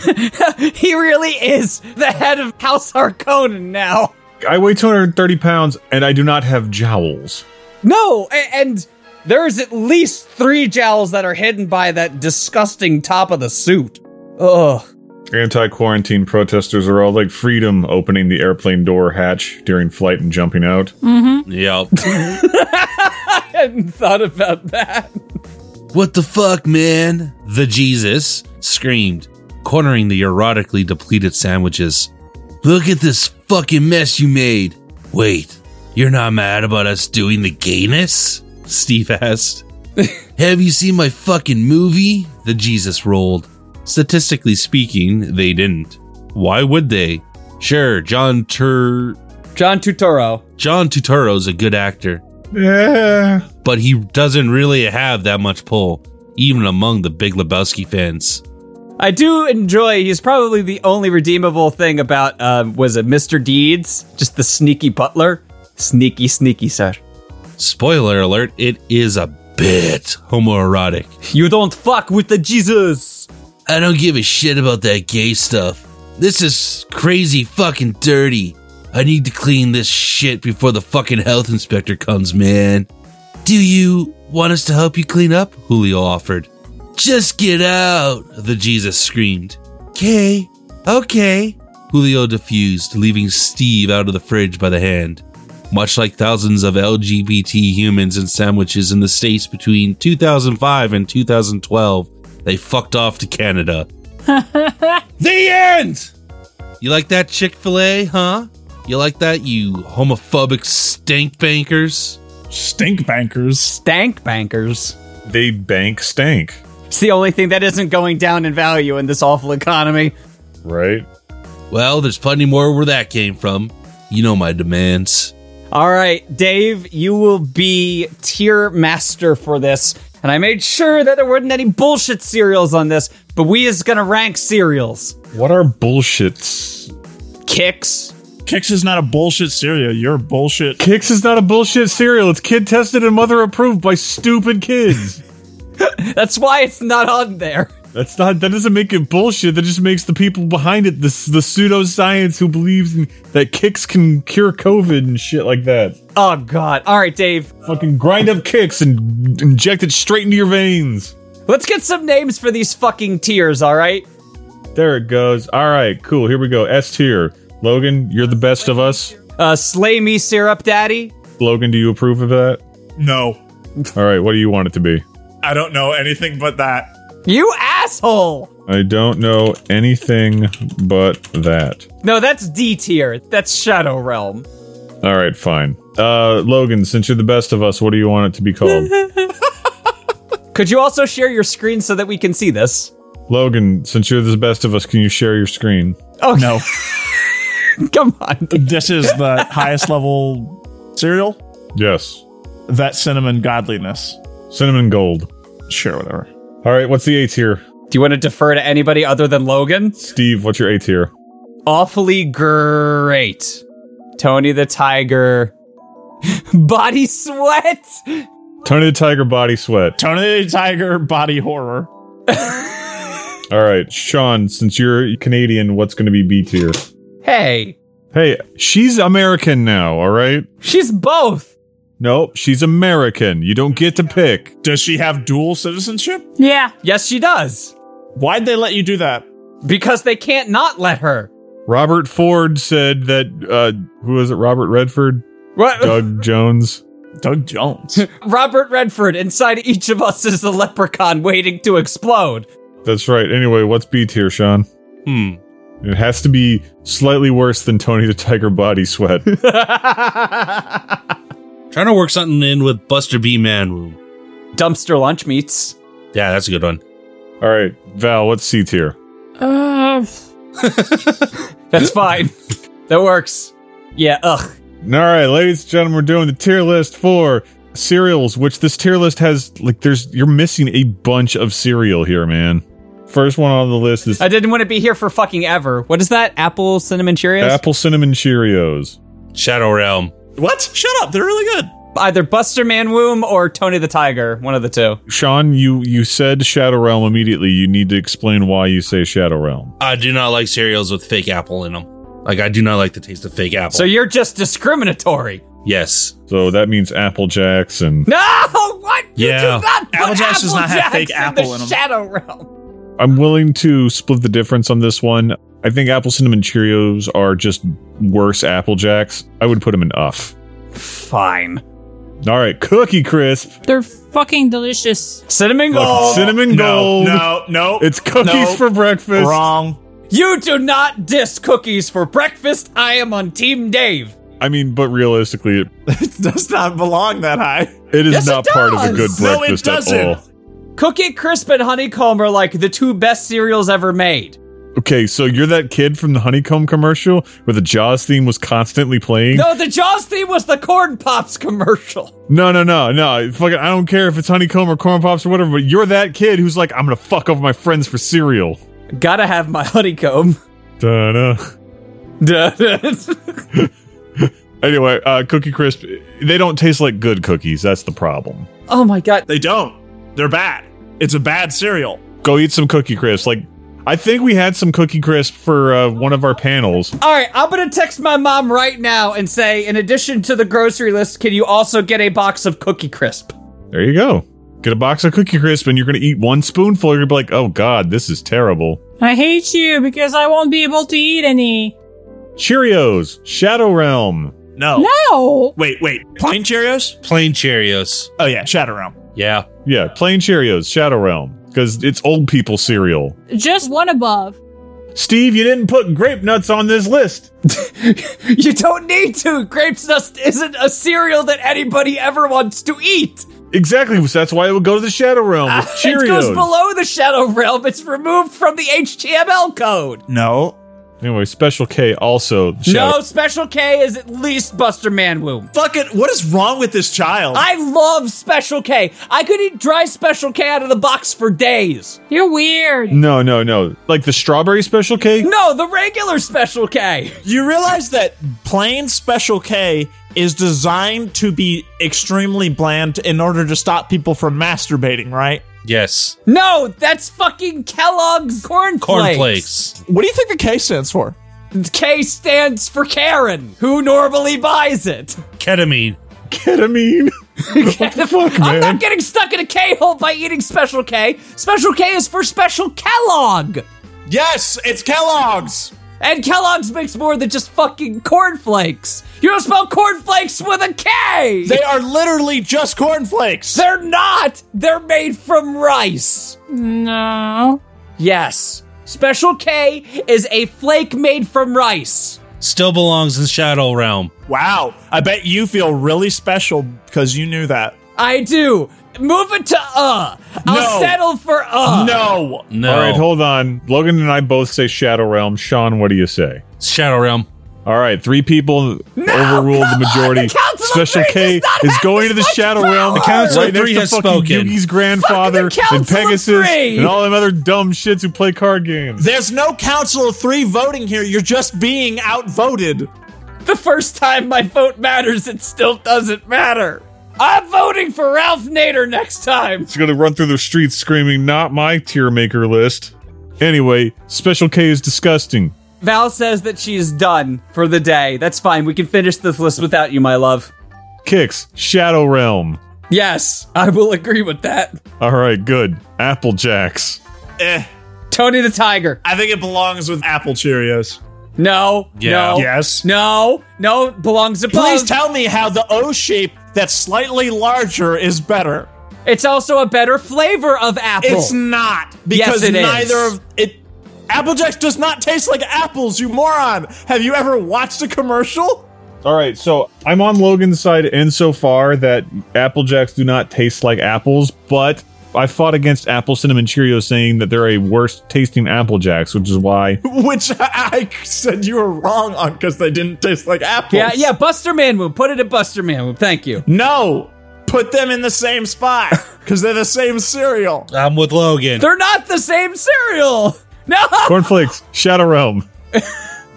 [SPEAKER 1] he really is the head of House Harkonnen now.
[SPEAKER 5] I weigh 230 pounds, and I do not have jowls.
[SPEAKER 1] No, a- and there's at least three jowls that are hidden by that disgusting top of the suit. Ugh.
[SPEAKER 5] Anti quarantine protesters are all like freedom opening the airplane door hatch during flight and jumping out.
[SPEAKER 1] Mm.
[SPEAKER 8] Mm-hmm.
[SPEAKER 4] Yep.
[SPEAKER 1] I hadn't thought about that.
[SPEAKER 4] What the fuck, man? The Jesus screamed, cornering the erotically depleted sandwiches. Look at this fucking mess you made. Wait, you're not mad about us doing the gayness? Steve asked. Have you seen my fucking movie? The Jesus rolled. Statistically speaking, they didn't. Why would they? Sure, John Tur.
[SPEAKER 1] John Tutoro.
[SPEAKER 4] John Tutoro's a good actor
[SPEAKER 5] Yeah.
[SPEAKER 4] but he doesn't really have that much pull, even among the Big Lebowski fans.
[SPEAKER 1] I do enjoy. He's probably the only redeemable thing about um, was it Mr. Deeds, just the sneaky butler, sneaky, sneaky, sir.
[SPEAKER 4] Spoiler alert: it is a bit homoerotic.
[SPEAKER 1] You don't fuck with the Jesus.
[SPEAKER 4] I don't give a shit about that gay stuff. This is crazy fucking dirty. I need to clean this shit before the fucking health inspector comes, man. Do you want us to help you clean up? Julio offered. Just get out, the Jesus screamed. Okay, okay. Julio diffused, leaving Steve out of the fridge by the hand. Much like thousands of LGBT humans and sandwiches in the States between 2005 and 2012, they fucked off to Canada. the end! You like that Chick fil A, huh? You like that, you homophobic stink bankers?
[SPEAKER 3] Stink bankers.
[SPEAKER 1] Stank bankers.
[SPEAKER 5] They bank stank.
[SPEAKER 1] It's the only thing that isn't going down in value in this awful economy.
[SPEAKER 5] Right?
[SPEAKER 4] Well, there's plenty more where that came from. You know my demands.
[SPEAKER 1] All right, Dave, you will be tier master for this. And I made sure that there weren't any bullshit cereals on this, but we is gonna rank cereals.
[SPEAKER 5] What are bullshits?
[SPEAKER 1] Kicks,
[SPEAKER 3] Kix is not a bullshit cereal. You're bullshit.
[SPEAKER 5] Kix is not a bullshit cereal. It's kid tested and mother approved by stupid kids.
[SPEAKER 1] That's why it's not on there.
[SPEAKER 5] That's not. That doesn't make it bullshit. That just makes the people behind it the the pseudoscience who believes in, that kicks can cure COVID and shit like that.
[SPEAKER 1] Oh God! All right, Dave.
[SPEAKER 5] Fucking grind up kicks and inject it straight into your veins.
[SPEAKER 1] Let's get some names for these fucking tiers. All right.
[SPEAKER 5] There it goes. All right, cool. Here we go. S tier. Logan, you're the best of us.
[SPEAKER 1] Uh, slay me, syrup daddy.
[SPEAKER 5] Logan, do you approve of that?
[SPEAKER 3] No.
[SPEAKER 5] All right. What do you want it to be?
[SPEAKER 3] I don't know anything but that.
[SPEAKER 1] You asshole!
[SPEAKER 5] I don't know anything but that.
[SPEAKER 1] No, that's D tier. That's Shadow Realm.
[SPEAKER 5] All right, fine. Uh, Logan, since you're the best of us, what do you want it to be called?
[SPEAKER 1] Could you also share your screen so that we can see this?
[SPEAKER 5] Logan, since you're the best of us, can you share your screen?
[SPEAKER 1] Oh
[SPEAKER 3] no!
[SPEAKER 1] Come on.
[SPEAKER 3] This is the highest level cereal.
[SPEAKER 5] Yes.
[SPEAKER 3] That cinnamon godliness.
[SPEAKER 5] Cinnamon gold.
[SPEAKER 3] Sure, whatever.
[SPEAKER 5] All right, what's the A tier?
[SPEAKER 1] Do you want to defer to anybody other than Logan?
[SPEAKER 5] Steve, what's your A tier?
[SPEAKER 1] Awfully great. Tony the Tiger. Body sweat.
[SPEAKER 5] Tony the Tiger body sweat.
[SPEAKER 3] Tony the Tiger body horror.
[SPEAKER 5] All right, Sean, since you're Canadian, what's going to be B tier?
[SPEAKER 1] Hey,
[SPEAKER 5] Hey, she's American now, all right?
[SPEAKER 1] she's both.
[SPEAKER 5] Nope, she's American. You don't get to pick.
[SPEAKER 3] Does she have dual citizenship?
[SPEAKER 8] Yeah.
[SPEAKER 1] Yes, she does.
[SPEAKER 3] Why'd they let you do that?
[SPEAKER 1] Because they can't not let her.
[SPEAKER 5] Robert Ford said that, uh, who was it? Robert Redford?
[SPEAKER 1] What?
[SPEAKER 5] Doug Jones?
[SPEAKER 3] Doug Jones.
[SPEAKER 1] Robert Redford inside each of us is the leprechaun waiting to explode.
[SPEAKER 5] That's right. Anyway, what's B tier, Sean?
[SPEAKER 4] Hmm.
[SPEAKER 5] It has to be slightly worse than Tony the Tiger body sweat.
[SPEAKER 4] Trying to work something in with Buster B. Manwomb.
[SPEAKER 1] Dumpster lunch meats.
[SPEAKER 4] Yeah, that's a good one.
[SPEAKER 5] All right, Val, what's C tier?
[SPEAKER 8] Uh,
[SPEAKER 1] That's fine. that works. Yeah, ugh.
[SPEAKER 5] All right, ladies and gentlemen, we're doing the tier list for cereals, which this tier list has like there's you're missing a bunch of cereal here, man. First one on the list is
[SPEAKER 1] I didn't want to be here for fucking ever. What is that? Apple cinnamon Cheerios?
[SPEAKER 5] apple cinnamon Cheerios.
[SPEAKER 4] Shadow Realm.
[SPEAKER 3] what? Shut up. They're really good.
[SPEAKER 1] Either Buster Man Womb or Tony the Tiger. One of the two.
[SPEAKER 5] Sean, you you said Shadow Realm immediately. You need to explain why you say Shadow Realm.
[SPEAKER 4] I do not like cereals with fake apple in them. Like, I do not like the taste of fake apple.
[SPEAKER 1] So you're just discriminatory.
[SPEAKER 4] yes.
[SPEAKER 5] So that means Apple Jacks and
[SPEAKER 1] No, what?
[SPEAKER 4] Yeah.
[SPEAKER 1] You do not put
[SPEAKER 3] Apple
[SPEAKER 1] Apple
[SPEAKER 3] Jacks does not have
[SPEAKER 1] Jacks
[SPEAKER 3] fake
[SPEAKER 1] in
[SPEAKER 3] apple
[SPEAKER 1] the
[SPEAKER 3] in 'em.
[SPEAKER 1] Shadow Realm.
[SPEAKER 5] I'm willing to split the difference on this one. I think apple cinnamon Cheerios are just worse apple jacks. I would put them in uff.
[SPEAKER 1] Fine.
[SPEAKER 5] All right, cookie crisp,
[SPEAKER 8] they're fucking delicious.
[SPEAKER 1] Cinnamon Gold.
[SPEAKER 5] cinnamon
[SPEAKER 12] Oh,
[SPEAKER 3] Oh,
[SPEAKER 5] gold.
[SPEAKER 3] No, no, no.
[SPEAKER 5] It's cookies
[SPEAKER 3] No.
[SPEAKER 5] for breakfast.
[SPEAKER 3] wrong.
[SPEAKER 1] you do not diss cookies for breakfast. I am on Team Dave.
[SPEAKER 5] I mean, but realistically, it,
[SPEAKER 3] It does not belong that high.
[SPEAKER 5] it is
[SPEAKER 1] Yes, it
[SPEAKER 5] not part of a good
[SPEAKER 1] does.
[SPEAKER 3] No, it
[SPEAKER 5] breakfast
[SPEAKER 3] doesn't.
[SPEAKER 5] at all.
[SPEAKER 1] Cookie Crisp and Honeycomb are like the two best cereals ever made.
[SPEAKER 5] Okay, so you're that kid from the honeycomb commercial where the Jaws theme was constantly playing.
[SPEAKER 1] No, the Jaws theme was the Corn Pops commercial.
[SPEAKER 5] No, no, no, no. Fucking, I don't care if it's honeycomb or corn pops or whatever. But you're that kid who's like, I'm gonna fuck over my friends for cereal.
[SPEAKER 1] Gotta have my honeycomb.
[SPEAKER 5] Da-da.
[SPEAKER 1] Duh.
[SPEAKER 5] Anyway, uh, Cookie Crisp, they don't taste like good cookies. That's the problem.
[SPEAKER 1] oh my god.
[SPEAKER 3] They don't. They're bad. It's a bad cereal.
[SPEAKER 5] Go eat some Cookie Crisp. Like, I think we had some Cookie Crisp for uh, one of our panels.
[SPEAKER 1] All right, I'm gonna text my mom right now and say, in addition to the grocery list, can you also get a box of Cookie Crisp?
[SPEAKER 5] There you go. Get a box of Cookie Crisp and you're going to eat one spoonful. You're going to be like, oh God, this is terrible.
[SPEAKER 8] I hate you because I won't be able to eat any.
[SPEAKER 5] Cheerios, Shadow Realm.
[SPEAKER 3] No.
[SPEAKER 8] No.
[SPEAKER 3] Wait, wait. Plain Cheerios?
[SPEAKER 4] Plain Cheerios.
[SPEAKER 3] Oh yeah, Shadow Realm.
[SPEAKER 4] Yeah.
[SPEAKER 5] Yeah, plain Cheerios, Shadow Realm. Because it's old people cereal.
[SPEAKER 8] Just one above.
[SPEAKER 5] Steve, you didn't put grape nuts on this list.
[SPEAKER 1] You don't need to. Grapes Dust isn't a cereal that anybody ever wants to eat.
[SPEAKER 5] Exactly. So that's why it would go to the Shadow Realm. with
[SPEAKER 1] Ah, It goes
[SPEAKER 5] Cheerios.
[SPEAKER 1] below the Shadow Realm. It's removed from the HTML code.
[SPEAKER 3] No.
[SPEAKER 5] Anyway, Special K also.
[SPEAKER 1] No,
[SPEAKER 5] shout-
[SPEAKER 1] Special K is at least Buster Manwomb.
[SPEAKER 12] Fuck it. What is wrong with this child?
[SPEAKER 1] I love Special K. I could eat dry Special K out of the box for days.
[SPEAKER 8] You're weird.
[SPEAKER 5] No, no, no. Like the strawberry Special K?
[SPEAKER 1] No, the regular Special K.
[SPEAKER 12] You realize that plain Special K is designed to be extremely bland in order to stop people from masturbating, right?
[SPEAKER 4] Yes.
[SPEAKER 1] No, that's fucking Kellogg's cornflakes.
[SPEAKER 4] Cornflakes.
[SPEAKER 12] What do you think the K stands for?
[SPEAKER 1] K stands for Karen, who normally buys it.
[SPEAKER 4] Ketamine.
[SPEAKER 5] Ketamine.
[SPEAKER 1] fuck, I'm not getting stuck in a K hole by eating Special K. Special K is for Special Kellogg.
[SPEAKER 12] Yes, it's Kellogg's.
[SPEAKER 1] And Kellogg's makes more than just fucking cornflakes. You don't spell cornflakes with a K.
[SPEAKER 12] They are literally just cornflakes.
[SPEAKER 1] They're not. They're made from rice.
[SPEAKER 8] No.
[SPEAKER 1] Yes. Special K is a flake made from rice.
[SPEAKER 4] Still belongs in Shadow Realm.
[SPEAKER 12] Wow. I bet you feel really special because you knew that.
[SPEAKER 1] I do. Move it to uh. I'll
[SPEAKER 12] No.
[SPEAKER 1] settle for uh.
[SPEAKER 12] No.
[SPEAKER 4] No.
[SPEAKER 5] All right, hold on. Logan and I both say Shadow Realm. Sean, what do you say?
[SPEAKER 4] Shadow Realm.
[SPEAKER 5] All right, three people overruled the majority. Special K is going to the Shadow Realm.
[SPEAKER 4] The Council of
[SPEAKER 5] right next
[SPEAKER 4] Three
[SPEAKER 5] to
[SPEAKER 4] has
[SPEAKER 5] fucking
[SPEAKER 4] spoken.
[SPEAKER 5] Yugi's grandfather
[SPEAKER 1] Council
[SPEAKER 5] and
[SPEAKER 1] of
[SPEAKER 5] Pegasus
[SPEAKER 1] Three.
[SPEAKER 5] and all them other dumb shits who play card games.
[SPEAKER 12] There's no Council of Three voting here. You're just being outvoted.
[SPEAKER 1] The first time my vote matters, it still doesn't matter. I'm voting for Ralph Nader next time.
[SPEAKER 5] It's gonna run through the streets screaming, "Not my tier maker list." Anyway, Special K is disgusting.
[SPEAKER 1] Val says that she is done for the day. That's fine. We can finish this list without you, my love.
[SPEAKER 5] Kicks Shadow Realm.
[SPEAKER 1] Yes, I will agree with that.
[SPEAKER 5] All right, good. Apple Jacks.
[SPEAKER 12] Eh,
[SPEAKER 1] Tony the Tiger.
[SPEAKER 12] I think it belongs with Apple Cheerios.
[SPEAKER 1] No.
[SPEAKER 4] Yeah.
[SPEAKER 1] No.
[SPEAKER 12] Yes.
[SPEAKER 1] No. No. it Belongs above.
[SPEAKER 12] Please tell me how the O shape that's slightly larger is better.
[SPEAKER 1] It's also a better flavor of apple.
[SPEAKER 12] It's not
[SPEAKER 1] Yes,
[SPEAKER 12] because
[SPEAKER 1] it is.
[SPEAKER 12] neither of it. Apple Jacks does not taste like apples, you moron. Have you ever watched a commercial?
[SPEAKER 5] All right, so I'm on Logan's side insofar that Apple Jacks do not taste like apples, but I fought against Apple Cinnamon Cheerios saying that they're a worse tasting Apple Jacks, which is why.
[SPEAKER 12] Which I I said you were wrong on because they didn't taste like apples.
[SPEAKER 1] yeah, yeah, Buster Manwomb. Put it at Buster Manwomb. Thank you.
[SPEAKER 12] No, put them in the same spot because they're the same cereal.
[SPEAKER 4] I'm with Logan.
[SPEAKER 1] They're not the same cereal. No.
[SPEAKER 5] Cornflakes, Shadow Realm.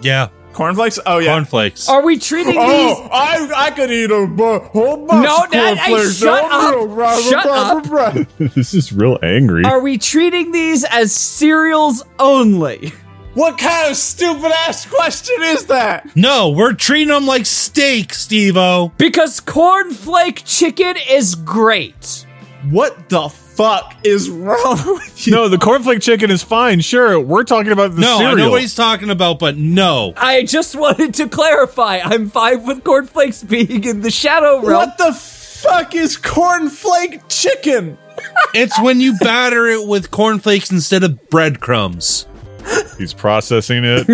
[SPEAKER 4] yeah.
[SPEAKER 12] Cornflakes? Oh yeah.
[SPEAKER 4] Cornflakes.
[SPEAKER 1] Are we treating these?
[SPEAKER 12] Oh, I, I could eat oh, a bu- whole bunch
[SPEAKER 1] No,
[SPEAKER 12] of
[SPEAKER 1] Dad, hey,
[SPEAKER 12] cornflakes.
[SPEAKER 1] shut
[SPEAKER 12] Oh,
[SPEAKER 1] up.
[SPEAKER 12] rah, rah,
[SPEAKER 1] Shut
[SPEAKER 12] rah,
[SPEAKER 1] up.
[SPEAKER 12] rah, rah.
[SPEAKER 5] this is real angry.
[SPEAKER 1] Are we treating these as cereals only?
[SPEAKER 12] What kind of stupid ass question is that?
[SPEAKER 4] No, we're treating them like steak, Stevo.
[SPEAKER 1] Because cornflake chicken is great.
[SPEAKER 12] What the fuck is wrong with you?
[SPEAKER 5] no, the cornflake chicken is fine, sure. We're talking about the
[SPEAKER 4] No,
[SPEAKER 5] cereal.
[SPEAKER 4] I know what he's talking about, but no.
[SPEAKER 1] I just wanted to clarify. I'm fine with cornflakes being in the shadow realm.
[SPEAKER 12] What the fuck is cornflake chicken?
[SPEAKER 4] It's when you batter it with cornflakes instead of breadcrumbs.
[SPEAKER 5] He's processing it,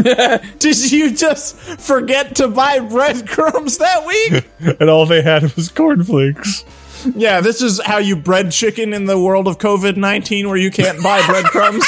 [SPEAKER 12] Did you just forget to buy breadcrumbs that week?
[SPEAKER 5] and all they had was cornflakes.
[SPEAKER 12] yeah, this is how you bread chicken in the world of COVID 19 where you can't buy breadcrumbs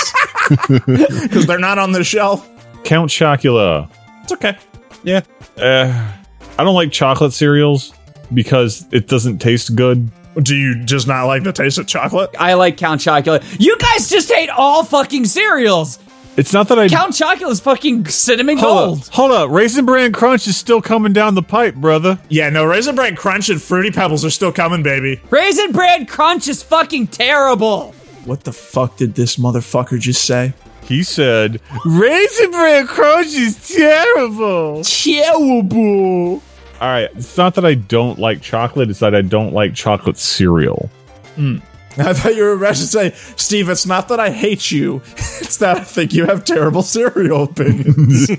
[SPEAKER 12] because they're not on the shelf.
[SPEAKER 5] Count Chocula.
[SPEAKER 12] It's okay.
[SPEAKER 4] Yeah.
[SPEAKER 5] Uh, I don't like chocolate cereals because it doesn't taste good.
[SPEAKER 12] Do you just not like the taste of chocolate?
[SPEAKER 1] I like Count Chocula. You guys just hate all fucking cereals.
[SPEAKER 5] It's not that I
[SPEAKER 1] Count Chocula's fucking cinnamon
[SPEAKER 5] Hold
[SPEAKER 1] gold.
[SPEAKER 5] up, hold up. Raisin Bran Crunch is still coming down the pipe, brother.
[SPEAKER 12] Yeah, no, Raisin Bran Crunch and Fruity Pebbles are still coming, baby.
[SPEAKER 1] Raisin Bran Crunch is fucking terrible.
[SPEAKER 12] What the fuck did this motherfucker just say?
[SPEAKER 5] He said, Raisin Bran Crunch is terrible.
[SPEAKER 12] Terrible.
[SPEAKER 5] All right. It's not that I don't like chocolate, it's that I don't like chocolate cereal.
[SPEAKER 12] I thought you were about to say, Steve, it's not that I hate you. It's that I think you have terrible cereal opinions.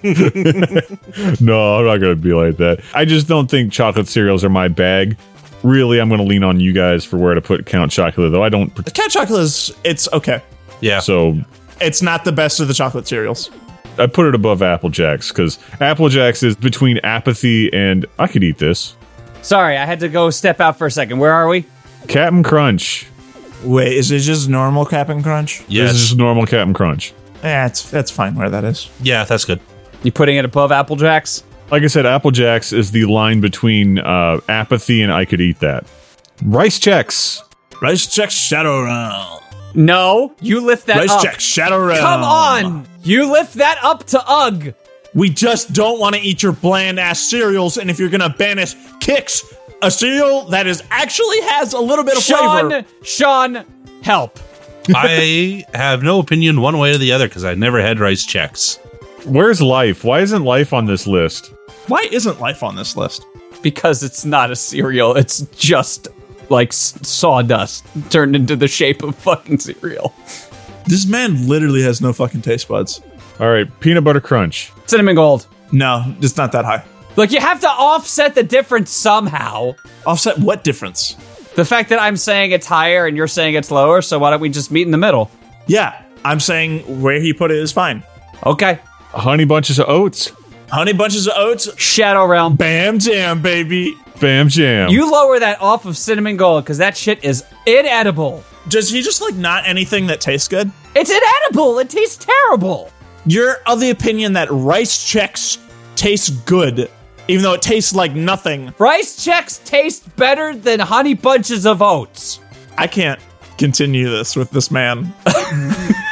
[SPEAKER 5] No, I'm not going to be like that. I just don't think chocolate cereals are my bag. Really, I'm going to lean on you guys for where to put Count Chocula, though I don't. pr-
[SPEAKER 12] Cat chocolate is, it's okay.
[SPEAKER 4] Yeah.
[SPEAKER 5] So
[SPEAKER 12] It's not the best of the chocolate cereals.
[SPEAKER 5] I put it above Apple Jacks because Apple Jacks is between apathy and I could eat this.
[SPEAKER 1] Sorry, I had to go step out for a second. Where are we?
[SPEAKER 5] Captain Crunch.
[SPEAKER 12] Wait, is it just normal Cap'n Crunch?
[SPEAKER 5] This is
[SPEAKER 4] yes.
[SPEAKER 5] just normal Captain Crunch.
[SPEAKER 12] Yeah, it's, that's fine where that is.
[SPEAKER 4] Yeah, that's good.
[SPEAKER 1] You putting it above Apple Jacks?
[SPEAKER 5] Like I said, Apple Jacks is the line between uh, apathy and I could eat that. Rice checks.
[SPEAKER 12] Rice checks shadow round.
[SPEAKER 1] No, you lift that
[SPEAKER 12] Rice
[SPEAKER 1] up.
[SPEAKER 12] check, shadow realm.
[SPEAKER 1] Oh, Come on, you lift that up to Ugg.
[SPEAKER 12] We just don't want to eat your bland ass cereals, and if you're gonna banish kicks, a cereal that is actually has a little bit of
[SPEAKER 1] Sean,
[SPEAKER 12] flavor.
[SPEAKER 1] Sean, help.
[SPEAKER 4] I have no opinion one way or the other because I never had rice checks.
[SPEAKER 5] Where's life? Why isn't life on this list?
[SPEAKER 12] Why isn't life on this list?
[SPEAKER 1] Because it's not a cereal. It's just like s- sawdust turned into the shape of fucking cereal.
[SPEAKER 12] This man literally has no fucking taste buds.
[SPEAKER 5] All right, peanut butter crunch.
[SPEAKER 1] Cinnamon gold.
[SPEAKER 12] No, it's not that high.
[SPEAKER 1] Look, you have to offset the difference somehow.
[SPEAKER 12] Offset what difference?
[SPEAKER 1] The fact that I'm saying it's higher and you're saying it's lower, so why don't we just meet in the middle?
[SPEAKER 12] Yeah, I'm saying where he put it is fine.
[SPEAKER 1] Okay.
[SPEAKER 5] Honey bunches of oats.
[SPEAKER 12] Honey bunches of oats.
[SPEAKER 1] Shadow Realm.
[SPEAKER 12] Bam jam, baby.
[SPEAKER 5] Bam jam.
[SPEAKER 1] You lower that off of cinnamon gold because that shit is inedible.
[SPEAKER 12] Does he just like not anything that tastes good?
[SPEAKER 1] It's inedible. It tastes terrible.
[SPEAKER 12] You're of the opinion that rice checks taste good, even though it tastes like nothing.
[SPEAKER 1] Rice checks taste better than honey bunches of oats.
[SPEAKER 12] I can't continue this with this man.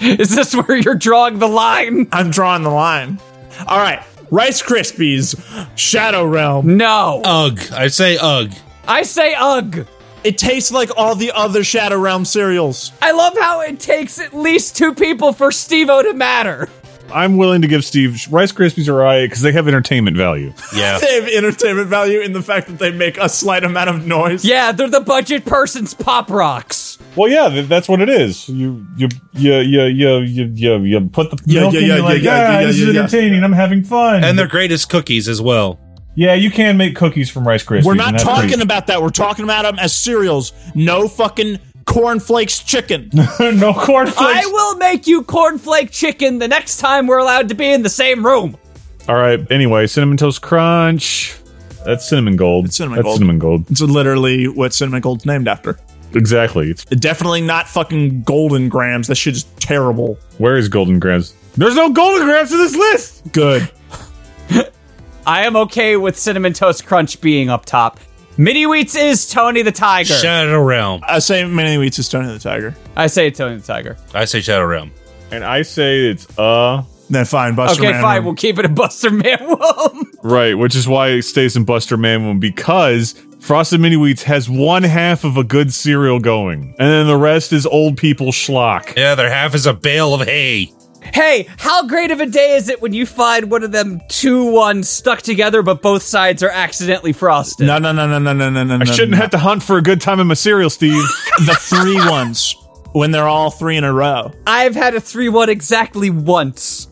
[SPEAKER 1] Is this where you're drawing the line?
[SPEAKER 12] I'm drawing the line. All right, Rice Krispies, Shadow Realm.
[SPEAKER 1] No.
[SPEAKER 4] Ugh. I say ugh.
[SPEAKER 1] I say ugh.
[SPEAKER 12] It tastes like all the other Shadow Realm cereals.
[SPEAKER 1] I love how it takes at least two people for Stevo to matter.
[SPEAKER 5] I'm willing to give Steve Rice Krispies or I because they have entertainment value.
[SPEAKER 4] Yeah.
[SPEAKER 12] They have entertainment value in the fact that they make a slight amount of noise.
[SPEAKER 1] Yeah, they're the budget person's pop rocks.
[SPEAKER 5] Well, yeah, th- that's what it is. You you you you you you you, you put the
[SPEAKER 4] Yeah,
[SPEAKER 5] milk
[SPEAKER 4] yeah,
[SPEAKER 5] in,
[SPEAKER 4] yeah,
[SPEAKER 5] you're
[SPEAKER 4] yeah,
[SPEAKER 5] like, "Ah,
[SPEAKER 4] yeah, yeah,
[SPEAKER 5] this
[SPEAKER 4] yeah,
[SPEAKER 5] is
[SPEAKER 4] yeah.
[SPEAKER 5] entertaining. I'm having fun.
[SPEAKER 4] And their greatest cookies as well.
[SPEAKER 5] yeah, you can make cookies from Rice Krispies.
[SPEAKER 12] We're
[SPEAKER 5] and
[SPEAKER 12] not
[SPEAKER 5] that's
[SPEAKER 12] talking
[SPEAKER 5] great.
[SPEAKER 12] about that. We're talking about them as cereals. No fucking cornflakes chicken.
[SPEAKER 5] no cornflakes.
[SPEAKER 1] I will make you cornflake chicken the next time we're allowed to be in the same room.
[SPEAKER 5] All right. Anyway, cinnamon toast crunch. That's cinnamon gold. It's
[SPEAKER 12] cinnamon
[SPEAKER 5] that's
[SPEAKER 12] gold.
[SPEAKER 5] cinnamon gold.
[SPEAKER 12] It's literally what Cinnamon Gold's named after.
[SPEAKER 5] Exactly. It's,
[SPEAKER 12] Definitely not fucking Golden Grams. That shit is terrible.
[SPEAKER 5] where is golden grams? There's no golden grams in this list.
[SPEAKER 12] Good.
[SPEAKER 1] I am okay with Cinnamon Toast Crunch being up top. Mini Wheats is Tony the Tiger.
[SPEAKER 4] Shadow Realm.
[SPEAKER 12] I say many Wheats is Tony the Tiger.
[SPEAKER 1] I say Tony the Tiger.
[SPEAKER 4] I say Shadow Realm.
[SPEAKER 5] And I say it's uh
[SPEAKER 12] Then fine, Buster
[SPEAKER 1] okay,
[SPEAKER 12] Man.
[SPEAKER 1] fine. We'll keep it a Buster Man Womb.
[SPEAKER 5] right, which is why it stays in Buster Man Moon because Frosted Mini Wheats has one half of a good cereal going, and then the rest is old people schlock.
[SPEAKER 4] Yeah, their half is a bale of hay.
[SPEAKER 1] Hey, how great of a day is it when you find one of them two ones stuck together, but both sides are accidentally frosted?
[SPEAKER 12] No, no, no, no, no, no, no, no.
[SPEAKER 5] I shouldn't have to hunt for a good time in my cereal, Steve.
[SPEAKER 12] the three ones when they're all three in a row.
[SPEAKER 1] I've had a 3 1 exactly once.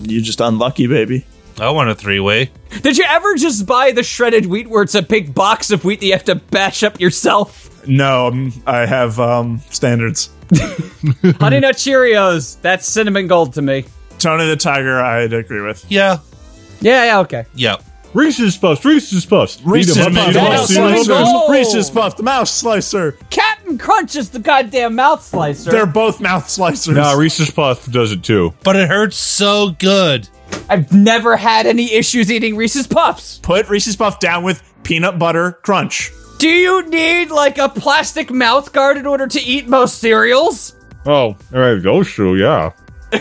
[SPEAKER 12] You're just unlucky, baby.
[SPEAKER 4] I want a three way.
[SPEAKER 1] Did you ever just buy the shredded wheat where it's a big box of wheat that you have to bash up yourself?
[SPEAKER 12] No, um, I have um, standards.
[SPEAKER 1] Honey Nut Cheerios. That's cinnamon gold to me.
[SPEAKER 12] Tony the Tiger, I'd agree with.
[SPEAKER 4] Yeah.
[SPEAKER 1] Yeah, yeah, okay.
[SPEAKER 4] Yeah.
[SPEAKER 5] Reese's Puffs, Reese's Puffs, Eat 'em up, eat 'em up,
[SPEAKER 1] Mouse
[SPEAKER 5] eat 'em up.
[SPEAKER 1] Slicer. Slicers.
[SPEAKER 12] Reese's Puff, the Mouse Slicer.
[SPEAKER 1] Captain Crunch is the goddamn mouth slicer.
[SPEAKER 12] They're both mouth slicers.
[SPEAKER 5] Nah, Reese's Puff does it too.
[SPEAKER 4] But it hurts so good.
[SPEAKER 1] I've never had any issues eating Reese's Puffs.
[SPEAKER 12] Put Reese's Puff down with peanut butter crunch.
[SPEAKER 1] Do you need like a plastic mouth guard in order to eat most cereals?
[SPEAKER 5] Oh, all right, those shoe, yeah.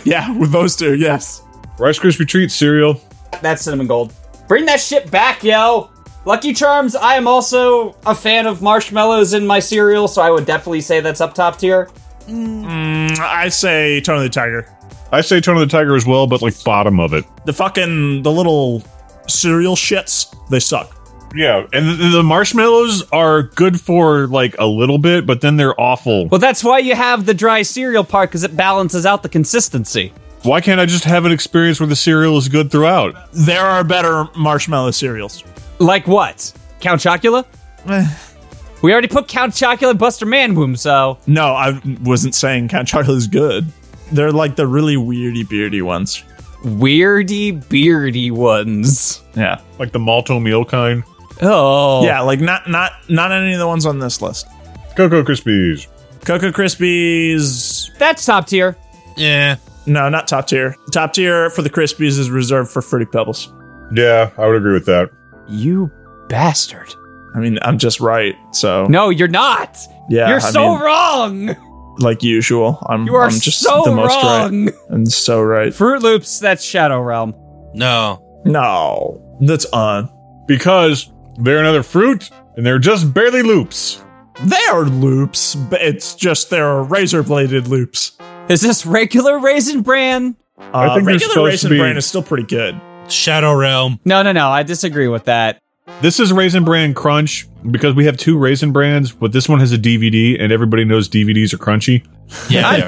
[SPEAKER 12] yeah, with those two, yes.
[SPEAKER 5] Rice Krispie treat cereal.
[SPEAKER 1] That's cinnamon gold. Bring that shit back, yo. Lucky Charms, I am also a fan of marshmallows in my cereal, so I would definitely say that's up top tier.
[SPEAKER 12] I say Tony the Tiger.
[SPEAKER 5] I say Tony the Tiger as well, but like bottom of it.
[SPEAKER 12] The fucking the little cereal shits, they suck.
[SPEAKER 5] Yeah, and the, the marshmallows are good for like a little bit, but then they're awful.
[SPEAKER 1] Well, that's why you have the dry cereal part, because it balances out the consistency.
[SPEAKER 5] Why can't I just have an experience where the cereal is good throughout?
[SPEAKER 12] There are better marshmallow cereals.
[SPEAKER 1] Like what? Count Chocula? we already put Count Chocula and Buster Manwomb, so.
[SPEAKER 12] No, I wasn't saying Count Chocula's good. They're like the really weirdy beardy ones.
[SPEAKER 1] Weirdy, beardy ones.
[SPEAKER 12] Yeah.
[SPEAKER 5] Like the malto meal kind.
[SPEAKER 1] Oh.
[SPEAKER 12] Yeah, like not not not any of the ones on this list.
[SPEAKER 5] Cocoa Krispies.
[SPEAKER 12] Cocoa Krispies.
[SPEAKER 1] That's top tier.
[SPEAKER 4] Yeah.
[SPEAKER 12] No, not top tier. Top tier for the Crispies is reserved for Fruity Pebbles.
[SPEAKER 5] Yeah, I would agree with that.
[SPEAKER 1] You bastard.
[SPEAKER 12] I mean, I'm just right, so.
[SPEAKER 1] No, you're not.
[SPEAKER 12] Yeah,
[SPEAKER 1] You're
[SPEAKER 12] I
[SPEAKER 1] so
[SPEAKER 12] mean-
[SPEAKER 1] wrong.
[SPEAKER 12] Like usual, I'm,
[SPEAKER 1] You are
[SPEAKER 12] I'm just
[SPEAKER 1] so
[SPEAKER 12] the most
[SPEAKER 1] wrong.
[SPEAKER 12] right. And so right.
[SPEAKER 1] Fruit Loops, that's Shadow Realm.
[SPEAKER 4] No.
[SPEAKER 12] No. That's on.
[SPEAKER 5] Because they're another fruit and they're just barely loops.
[SPEAKER 12] They are loops, but it's just they're razor bladed loops.
[SPEAKER 1] Is this regular Raisin Bran?
[SPEAKER 12] Uh, regular Raisin Bran is still pretty good.
[SPEAKER 4] Shadow Realm.
[SPEAKER 1] No, no, no. I disagree with that.
[SPEAKER 5] This is Raisin Bran Crunch because we have two Raisin Brands, but this one has a DVD and everybody knows DVDs are crunchy.
[SPEAKER 4] Yeah.
[SPEAKER 1] I'd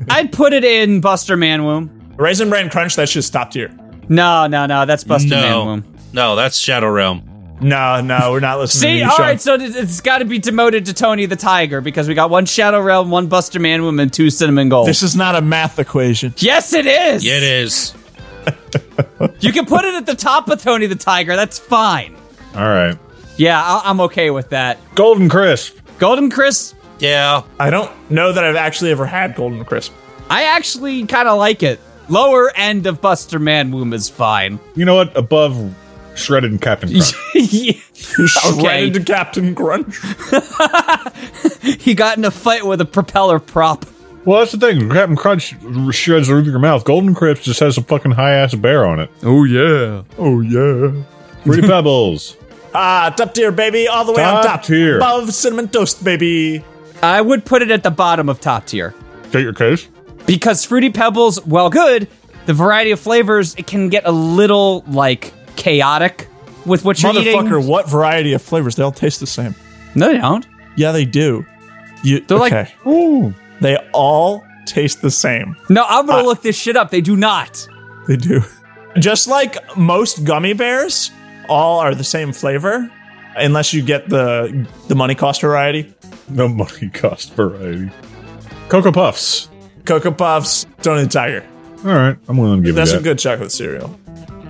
[SPEAKER 1] put, I'd put it in Buster Manwomb.
[SPEAKER 12] Raisin Bran Crunch, that's just top tier.
[SPEAKER 1] No, no, no. That's Buster
[SPEAKER 4] No.
[SPEAKER 1] Manwomb.
[SPEAKER 4] No, that's Shadow Realm.
[SPEAKER 12] No, no, we're not listening
[SPEAKER 1] See,
[SPEAKER 12] to you,
[SPEAKER 1] all
[SPEAKER 12] Sean.
[SPEAKER 1] right, so it- it's got to be demoted to Tony the Tiger because we got one Shadow Realm, one Buster Manwomb, and two Cinnamon Gold.
[SPEAKER 12] This is not a math equation.
[SPEAKER 1] yes, it is.
[SPEAKER 4] Yeah, it is.
[SPEAKER 1] You can put it at the top of Tony the Tiger. That's fine.
[SPEAKER 5] All right.
[SPEAKER 1] Yeah, I- I'm okay with that.
[SPEAKER 5] Golden Crisp.
[SPEAKER 1] Golden Crisp.
[SPEAKER 4] Yeah.
[SPEAKER 12] I don't know that I've actually ever had Golden Crisp.
[SPEAKER 1] I actually kind of like it. Lower end of Buster Manwomb is fine.
[SPEAKER 5] You know what? Above shredded and Captain Crunch.
[SPEAKER 1] Yeah.
[SPEAKER 12] Okay.
[SPEAKER 1] okay.
[SPEAKER 12] to Captain Crunch.
[SPEAKER 1] He got in a fight with a propeller prop.
[SPEAKER 5] Well, that's the thing. Captain Crunch shreds the roof of your mouth. Golden Crisp just has a fucking high ass bear on it.
[SPEAKER 12] Oh, yeah.
[SPEAKER 5] Oh, yeah. Pretty Pebbles.
[SPEAKER 12] Ah, top tier, baby, all the way on
[SPEAKER 5] Top
[SPEAKER 12] top.
[SPEAKER 5] tier.
[SPEAKER 12] Above cinnamon toast, baby.
[SPEAKER 1] I would put it at the bottom of top tier.
[SPEAKER 5] State your case.
[SPEAKER 1] Because Fruity Pebbles, while good, the variety of flavors, it can get a little, like, chaotic with what you're eating.
[SPEAKER 12] Motherfucker, what variety of flavors? They all taste the same.
[SPEAKER 1] No, they don't.
[SPEAKER 12] Yeah, they do. You,
[SPEAKER 1] They're
[SPEAKER 12] okay.
[SPEAKER 1] like, ooh.
[SPEAKER 12] They all taste the same.
[SPEAKER 1] No, I'm
[SPEAKER 12] Uh,
[SPEAKER 1] going to look this shit up. They do not.
[SPEAKER 12] They do. Just like most gummy bears, all are the same flavor, unless you get the the money cost variety.
[SPEAKER 5] The money cost variety. Cocoa Puffs.
[SPEAKER 12] Cocoa Puffs, Tony the Tiger.
[SPEAKER 5] All right. I'm willing to give
[SPEAKER 12] That's
[SPEAKER 5] you
[SPEAKER 12] a
[SPEAKER 5] that.
[SPEAKER 12] good chocolate cereal.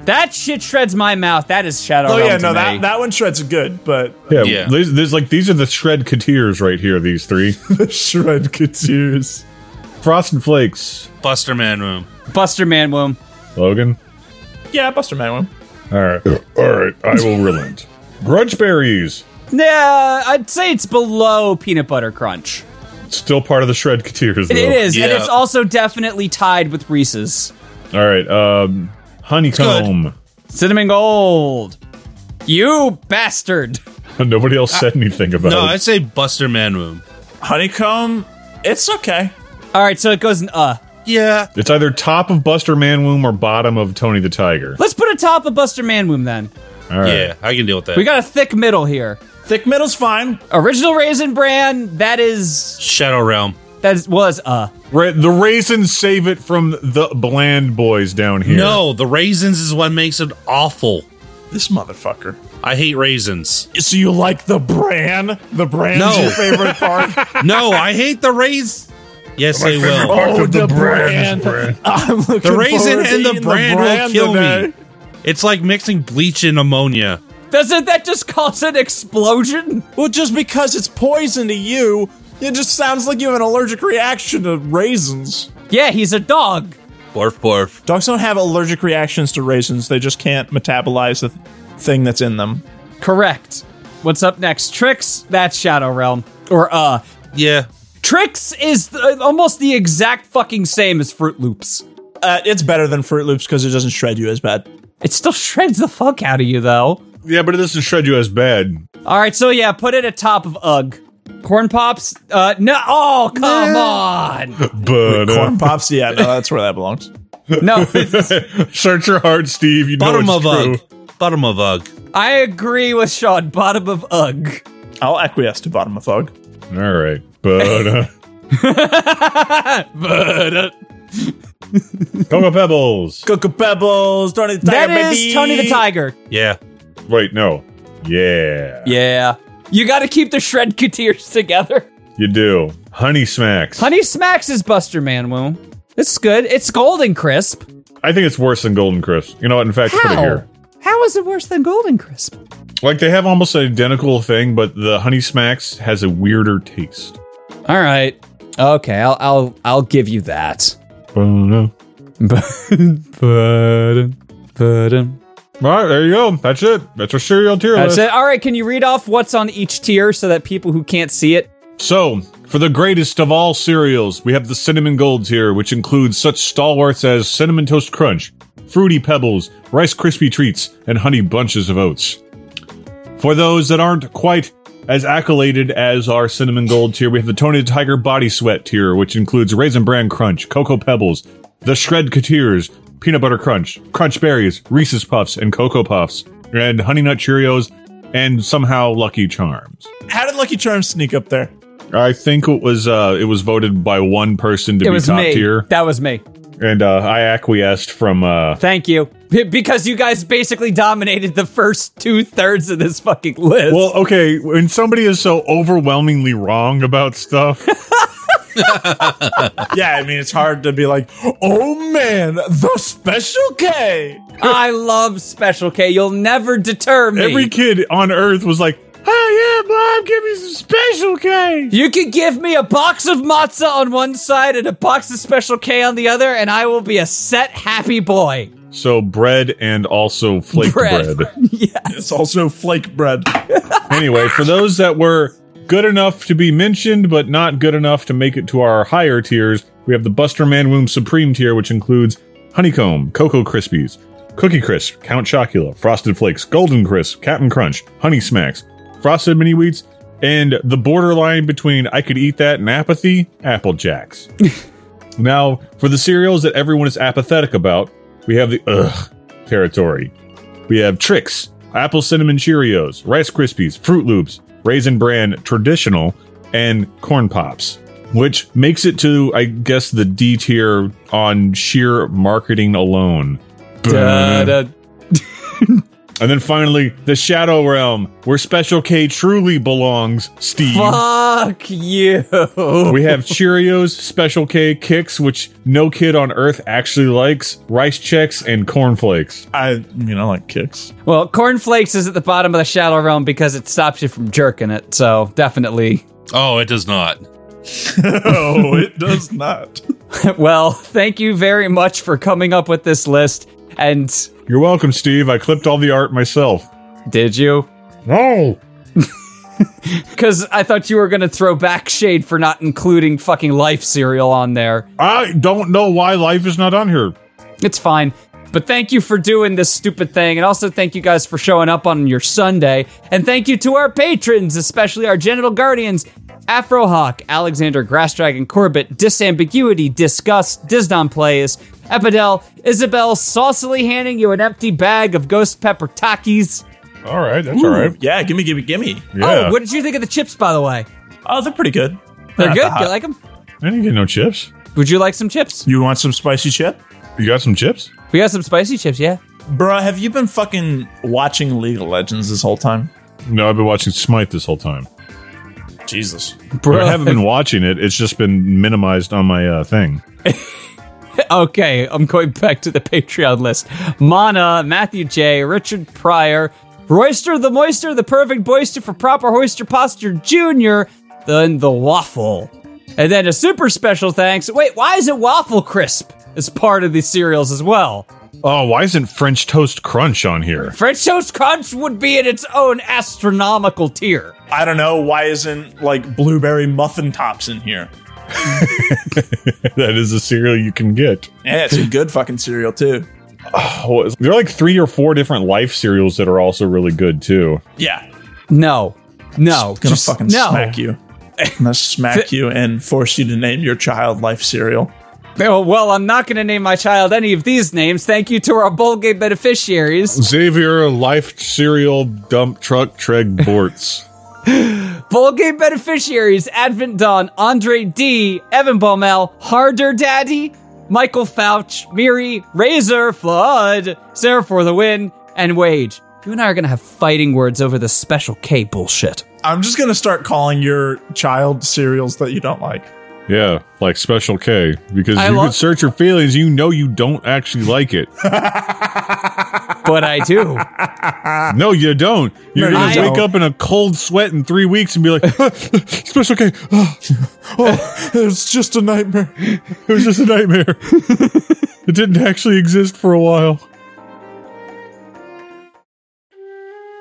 [SPEAKER 1] That shit shreds my mouth. That is Shadow
[SPEAKER 12] Oh,
[SPEAKER 1] Realm
[SPEAKER 12] yeah,
[SPEAKER 1] to
[SPEAKER 12] no,
[SPEAKER 1] me.
[SPEAKER 12] that, that one shreds good, but
[SPEAKER 5] Yeah,
[SPEAKER 4] Yeah.
[SPEAKER 5] These, these- like these are the shred kateers right here. These three,
[SPEAKER 12] the shred kateers,
[SPEAKER 5] frosted flakes,
[SPEAKER 4] Buster Man Room.
[SPEAKER 1] Buster Manwomb.
[SPEAKER 5] Logan.
[SPEAKER 12] yeah, Buster Man
[SPEAKER 5] All right, all right, I will relent. Grudge berries,
[SPEAKER 1] Nah, I'd say it's below Peanut Butter Crunch.
[SPEAKER 5] still part of the shred kateers. Though.
[SPEAKER 1] It is, and
[SPEAKER 4] Yeah.
[SPEAKER 1] it's also definitely tied with Reese's.
[SPEAKER 5] All right, um, honeycomb.
[SPEAKER 1] Cinnamon Gold. You bastard.
[SPEAKER 5] Nobody else said anything about
[SPEAKER 4] No,
[SPEAKER 1] Oh.
[SPEAKER 5] it.
[SPEAKER 4] I'd say Buster Man Room.
[SPEAKER 12] Honeycomb, it's okay.
[SPEAKER 1] All right, so it goes an uh.
[SPEAKER 4] Yeah.
[SPEAKER 5] It's either top of Buster Manwomb or bottom of Tony the Tiger.
[SPEAKER 1] Let's put a top of Buster Manwomb then.
[SPEAKER 5] All right,
[SPEAKER 4] Yeah, I can deal with that.
[SPEAKER 1] We got a thick middle here.
[SPEAKER 12] Thick middle's fine.
[SPEAKER 1] Original Raisin Bran, that is
[SPEAKER 4] Shadow Realm.
[SPEAKER 1] that is, was uh.
[SPEAKER 5] Ra- the raisins save it from the bland boys down here.
[SPEAKER 4] No, the raisins is what makes it awful.
[SPEAKER 12] This motherfucker.
[SPEAKER 4] I hate raisins.
[SPEAKER 12] So you like the bran? The bran's
[SPEAKER 4] No.
[SPEAKER 12] your favorite part?
[SPEAKER 4] No, I hate the raisins. Yes, they will.
[SPEAKER 12] oh, the, bran. I'm looking
[SPEAKER 4] The raisin
[SPEAKER 12] forward to
[SPEAKER 4] and the
[SPEAKER 12] eating
[SPEAKER 4] bran will kill me.
[SPEAKER 12] today.
[SPEAKER 4] It's like mixing bleach and ammonia.
[SPEAKER 1] Doesn't that just cause an explosion?
[SPEAKER 12] Well, just because it's poison to you, it just sounds like you have an allergic reaction to raisins.
[SPEAKER 1] Yeah, he's a dog.
[SPEAKER 4] Barf, barf.
[SPEAKER 12] Dogs don't have allergic reactions to raisins. They just can't metabolize the th- thing that's in them.
[SPEAKER 1] Correct. What's up next? Trix, that's Shadow Realm or uh.
[SPEAKER 4] Yeah.
[SPEAKER 1] Trix is th- almost the exact fucking same as Fruit Loops.
[SPEAKER 12] Uh, it's better than Fruit Loops because it doesn't shred you as bad.
[SPEAKER 1] It still shreds the fuck out of you though.
[SPEAKER 5] Yeah, but it doesn't shred you as bad.
[SPEAKER 1] All right, so yeah, put it at top of Ugg. Corn pops? Uh, no. Oh, come on.
[SPEAKER 5] But uh,
[SPEAKER 12] Corn pops, yeah, no, that's where that belongs.
[SPEAKER 1] No, it's-
[SPEAKER 5] search your heart, Steve. You
[SPEAKER 4] Bottom
[SPEAKER 5] know
[SPEAKER 4] of
[SPEAKER 5] it's true.
[SPEAKER 4] Ugg. Bottom of Ugg.
[SPEAKER 1] I agree with Sean. Bottom of Ugg.
[SPEAKER 12] I'll acquiesce to bottom of fog.
[SPEAKER 5] All right, but uh,
[SPEAKER 1] But, uh,
[SPEAKER 5] Cocoa Pebbles.
[SPEAKER 12] Cocoa Pebbles, Tony the Tiger,
[SPEAKER 1] that is
[SPEAKER 12] baby.
[SPEAKER 1] Tony the Tiger.
[SPEAKER 4] Yeah.
[SPEAKER 5] Wait, no. Yeah,
[SPEAKER 1] Yeah. You got to keep the shred kateers together.
[SPEAKER 5] you do. Honey Smacks.
[SPEAKER 1] Honey Smacks is Buster Manwoo. It's good. It's golden crisp.
[SPEAKER 5] I think it's worse than Golden Crisp. You know what? In fact, put it here.
[SPEAKER 1] How is it worse than golden crisp?
[SPEAKER 5] Like they have almost an identical thing, but the Honey Smacks has a weirder taste.
[SPEAKER 1] All right. Okay, I'll I'll I'll give you that.
[SPEAKER 5] All right, there you go. That's it. That's our serial tier
[SPEAKER 1] um, That's
[SPEAKER 5] list.
[SPEAKER 1] it. All right, can you read off what's on each tier so that people who can't see it?
[SPEAKER 5] So, for the greatest of all cereals, we have the Cinnamon Gold tier, which includes such stalwarts as Cinnamon Toast Crunch, Fruity Pebbles, Rice Krispie Treats, and Honey Bunches of Oats. For those that aren't quite as accoladed as our Cinnamon Gold tier, we have the Tony the Tiger Body Sweat tier, which includes Raisin Bran Crunch, Cocoa Pebbles, the Shred Couture's, Peanut Butter Crunch, Crunch Berries, Reese's Puffs, and Cocoa Puffs, and Honey Nut Cheerios, and somehow Lucky Charms.
[SPEAKER 12] How did Lucky Charms sneak up there?
[SPEAKER 5] I think it was uh, it was voted by one person to
[SPEAKER 1] It
[SPEAKER 5] be
[SPEAKER 1] was
[SPEAKER 5] top
[SPEAKER 1] me.
[SPEAKER 5] tier,
[SPEAKER 1] That was me.
[SPEAKER 5] and uh, I acquiesced from. Uh,
[SPEAKER 1] Thank you. Be- Because you guys basically dominated the first two thirds of this fucking list.
[SPEAKER 5] well, okay, when somebody is so overwhelmingly wrong about stuff,
[SPEAKER 12] yeah, I mean it's hard to be like, oh man, the Special K.
[SPEAKER 1] I love Special K. You'll never deter me.
[SPEAKER 5] every kid on Earth was like,
[SPEAKER 1] Oh yeah, Bob, give me some Special K. You can give me a box of matzah on one side and a box of Special K on the other, and I will be a set happy boy.
[SPEAKER 5] "So bread and also flake
[SPEAKER 1] Bread.
[SPEAKER 5] bread."
[SPEAKER 12] It's also flake bread.
[SPEAKER 5] anyway, for those that were good enough to be mentioned but not good enough to make it to our higher tiers, we have the Buster Man Womb Supreme tier, which includes Honeycomb, Cocoa Krispies, Cookie Crisp, Count Chocula, Frosted Flakes, Golden Crisp, Captain Crunch, Honey Smacks, Frosted Mini Wheats, and the borderline between I could eat that and apathy, Apple Jacks. now, for the cereals that everyone is apathetic about, we have the ugh territory. We have Trix, Apple Cinnamon Cheerios, Rice Krispies, Fruit Loops, Raisin Bran Traditional, and Corn Pops, which makes it to, I guess, the D tier on sheer marketing alone. Uh, Mm.
[SPEAKER 1] Da-da.
[SPEAKER 5] And then finally, the Shadow Realm, where Special K truly belongs, Steve.
[SPEAKER 1] Fuck you.
[SPEAKER 5] We have Cheerios, Special K, Kicks, which no kid on Earth actually likes, Rice Checks, and Cornflakes.
[SPEAKER 12] I mean, I like Kicks.
[SPEAKER 1] Well, cornflakes is at the bottom of the shadow realm because it stops you from jerking it. So definitely.
[SPEAKER 4] Oh, it does not.
[SPEAKER 12] no, Oh, it does not.
[SPEAKER 1] well, thank you very much for coming up with this list. And
[SPEAKER 5] You're welcome, Steve. I clipped all the art myself.
[SPEAKER 1] Did you?
[SPEAKER 5] No.
[SPEAKER 1] because I thought you were gonna throw back shade for not including fucking Life cereal on there.
[SPEAKER 5] I don't know why Life is not on here.
[SPEAKER 1] It's fine. But thank you for doing this stupid thing, and also thank you guys for showing up on your Sunday. And thank you to our patrons, especially our genital guardians, Afrohawk, Alexander Grassdragon Corbett, Disambiguity, Disgust, Disdon Plays, Epidel, Isabel, saucily handing you an empty bag of ghost pepper takis.
[SPEAKER 5] All right,
[SPEAKER 1] that's all right.
[SPEAKER 12] Yeah, gimme, gimme, gimme.
[SPEAKER 1] Oh, what did you think of the chips, by the way?
[SPEAKER 12] Oh, they're pretty good.
[SPEAKER 1] They're
[SPEAKER 12] Not
[SPEAKER 1] good.
[SPEAKER 12] that
[SPEAKER 1] You
[SPEAKER 12] hot.
[SPEAKER 1] like them?
[SPEAKER 5] I didn't get no chips.
[SPEAKER 1] Would you like some chips?
[SPEAKER 12] You want some spicy chip?
[SPEAKER 5] You got some chips?
[SPEAKER 1] We got some spicy chips, yeah.
[SPEAKER 12] Bruh, have you been fucking watching League of Legends this whole time?
[SPEAKER 5] No, I've been watching Smite this whole time.
[SPEAKER 12] Jesus.
[SPEAKER 5] I haven't been watching it. It's just been minimized on my uh, thing.
[SPEAKER 1] okay, I'm going back to the Patreon list. Mana, Matthew J, Richard Pryor, Royster the Moister, the perfect boister for proper hoister posture, Junior, then the waffle. And then a super special thanks. Wait, why is it waffle crisp as part of the cereals as well?
[SPEAKER 5] Oh, why isn't French Toast Crunch on here?
[SPEAKER 1] French Toast Crunch would be in its own astronomical tier.
[SPEAKER 12] I don't know. Why isn't like blueberry muffin tops in here?
[SPEAKER 5] that is a cereal you can get.
[SPEAKER 12] Yeah, it's a good fucking cereal too.
[SPEAKER 5] Oh, there are like three or four different life cereals that are also really good too.
[SPEAKER 12] Yeah.
[SPEAKER 1] No. No.
[SPEAKER 12] gonna
[SPEAKER 1] Just-
[SPEAKER 12] fucking
[SPEAKER 1] no.
[SPEAKER 12] smack you. I'm gonna smack you and force you to name your child life cereal.
[SPEAKER 1] Oh, well, I'm not going to name my child any of these names. Thank you to our bowl game beneficiaries.
[SPEAKER 5] Xavier Life Cereal Dump Truck Treg Borts.
[SPEAKER 1] Bowl game beneficiaries Advent Dawn, Andre D, Evan Baumel, Harder Daddy, Michael Fouch, Miri, Razor, Flood, Sarah for the win, and Wage. You and I are going to have fighting words over the special K bullshit.
[SPEAKER 12] I'm just gonna start calling your child cereals that you don't like.
[SPEAKER 5] Yeah, like Special K. Because
[SPEAKER 12] I
[SPEAKER 5] you
[SPEAKER 12] lo-
[SPEAKER 5] could search your feelings, you know you don't actually like it.
[SPEAKER 1] but I do.
[SPEAKER 5] No, you don't. You're
[SPEAKER 1] No, you
[SPEAKER 5] gonna
[SPEAKER 1] don't.
[SPEAKER 5] wake up in a cold sweat in three weeks and be like, "Special K, oh, oh, it's just a nightmare. It was just a nightmare. it didn't actually exist for a while."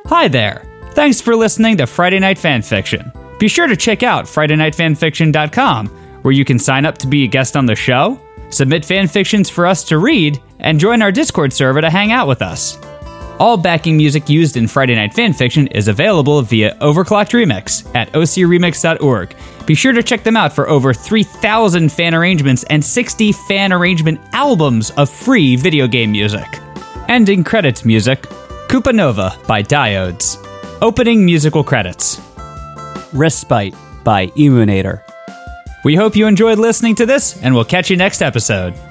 [SPEAKER 1] Hi there. Thanks for listening to Friday Night Fanfiction. Be sure to check out FridayNightFanfiction.com, where you can sign up to be a guest on the show, submit fanfictions for us to read, and join our Discord server to hang out with us. All backing music used in Friday Night Fanfiction is available via Overclocked Remix at ocremix.org. Be sure to check them out for over 3,000 fan arrangements and 60 fan arrangement albums of free video game music. Ending credits music Koopa Nova by Diodes. Opening musical credits Respite by Emunator. We hope you enjoyed listening to this, and we'll catch you next episode.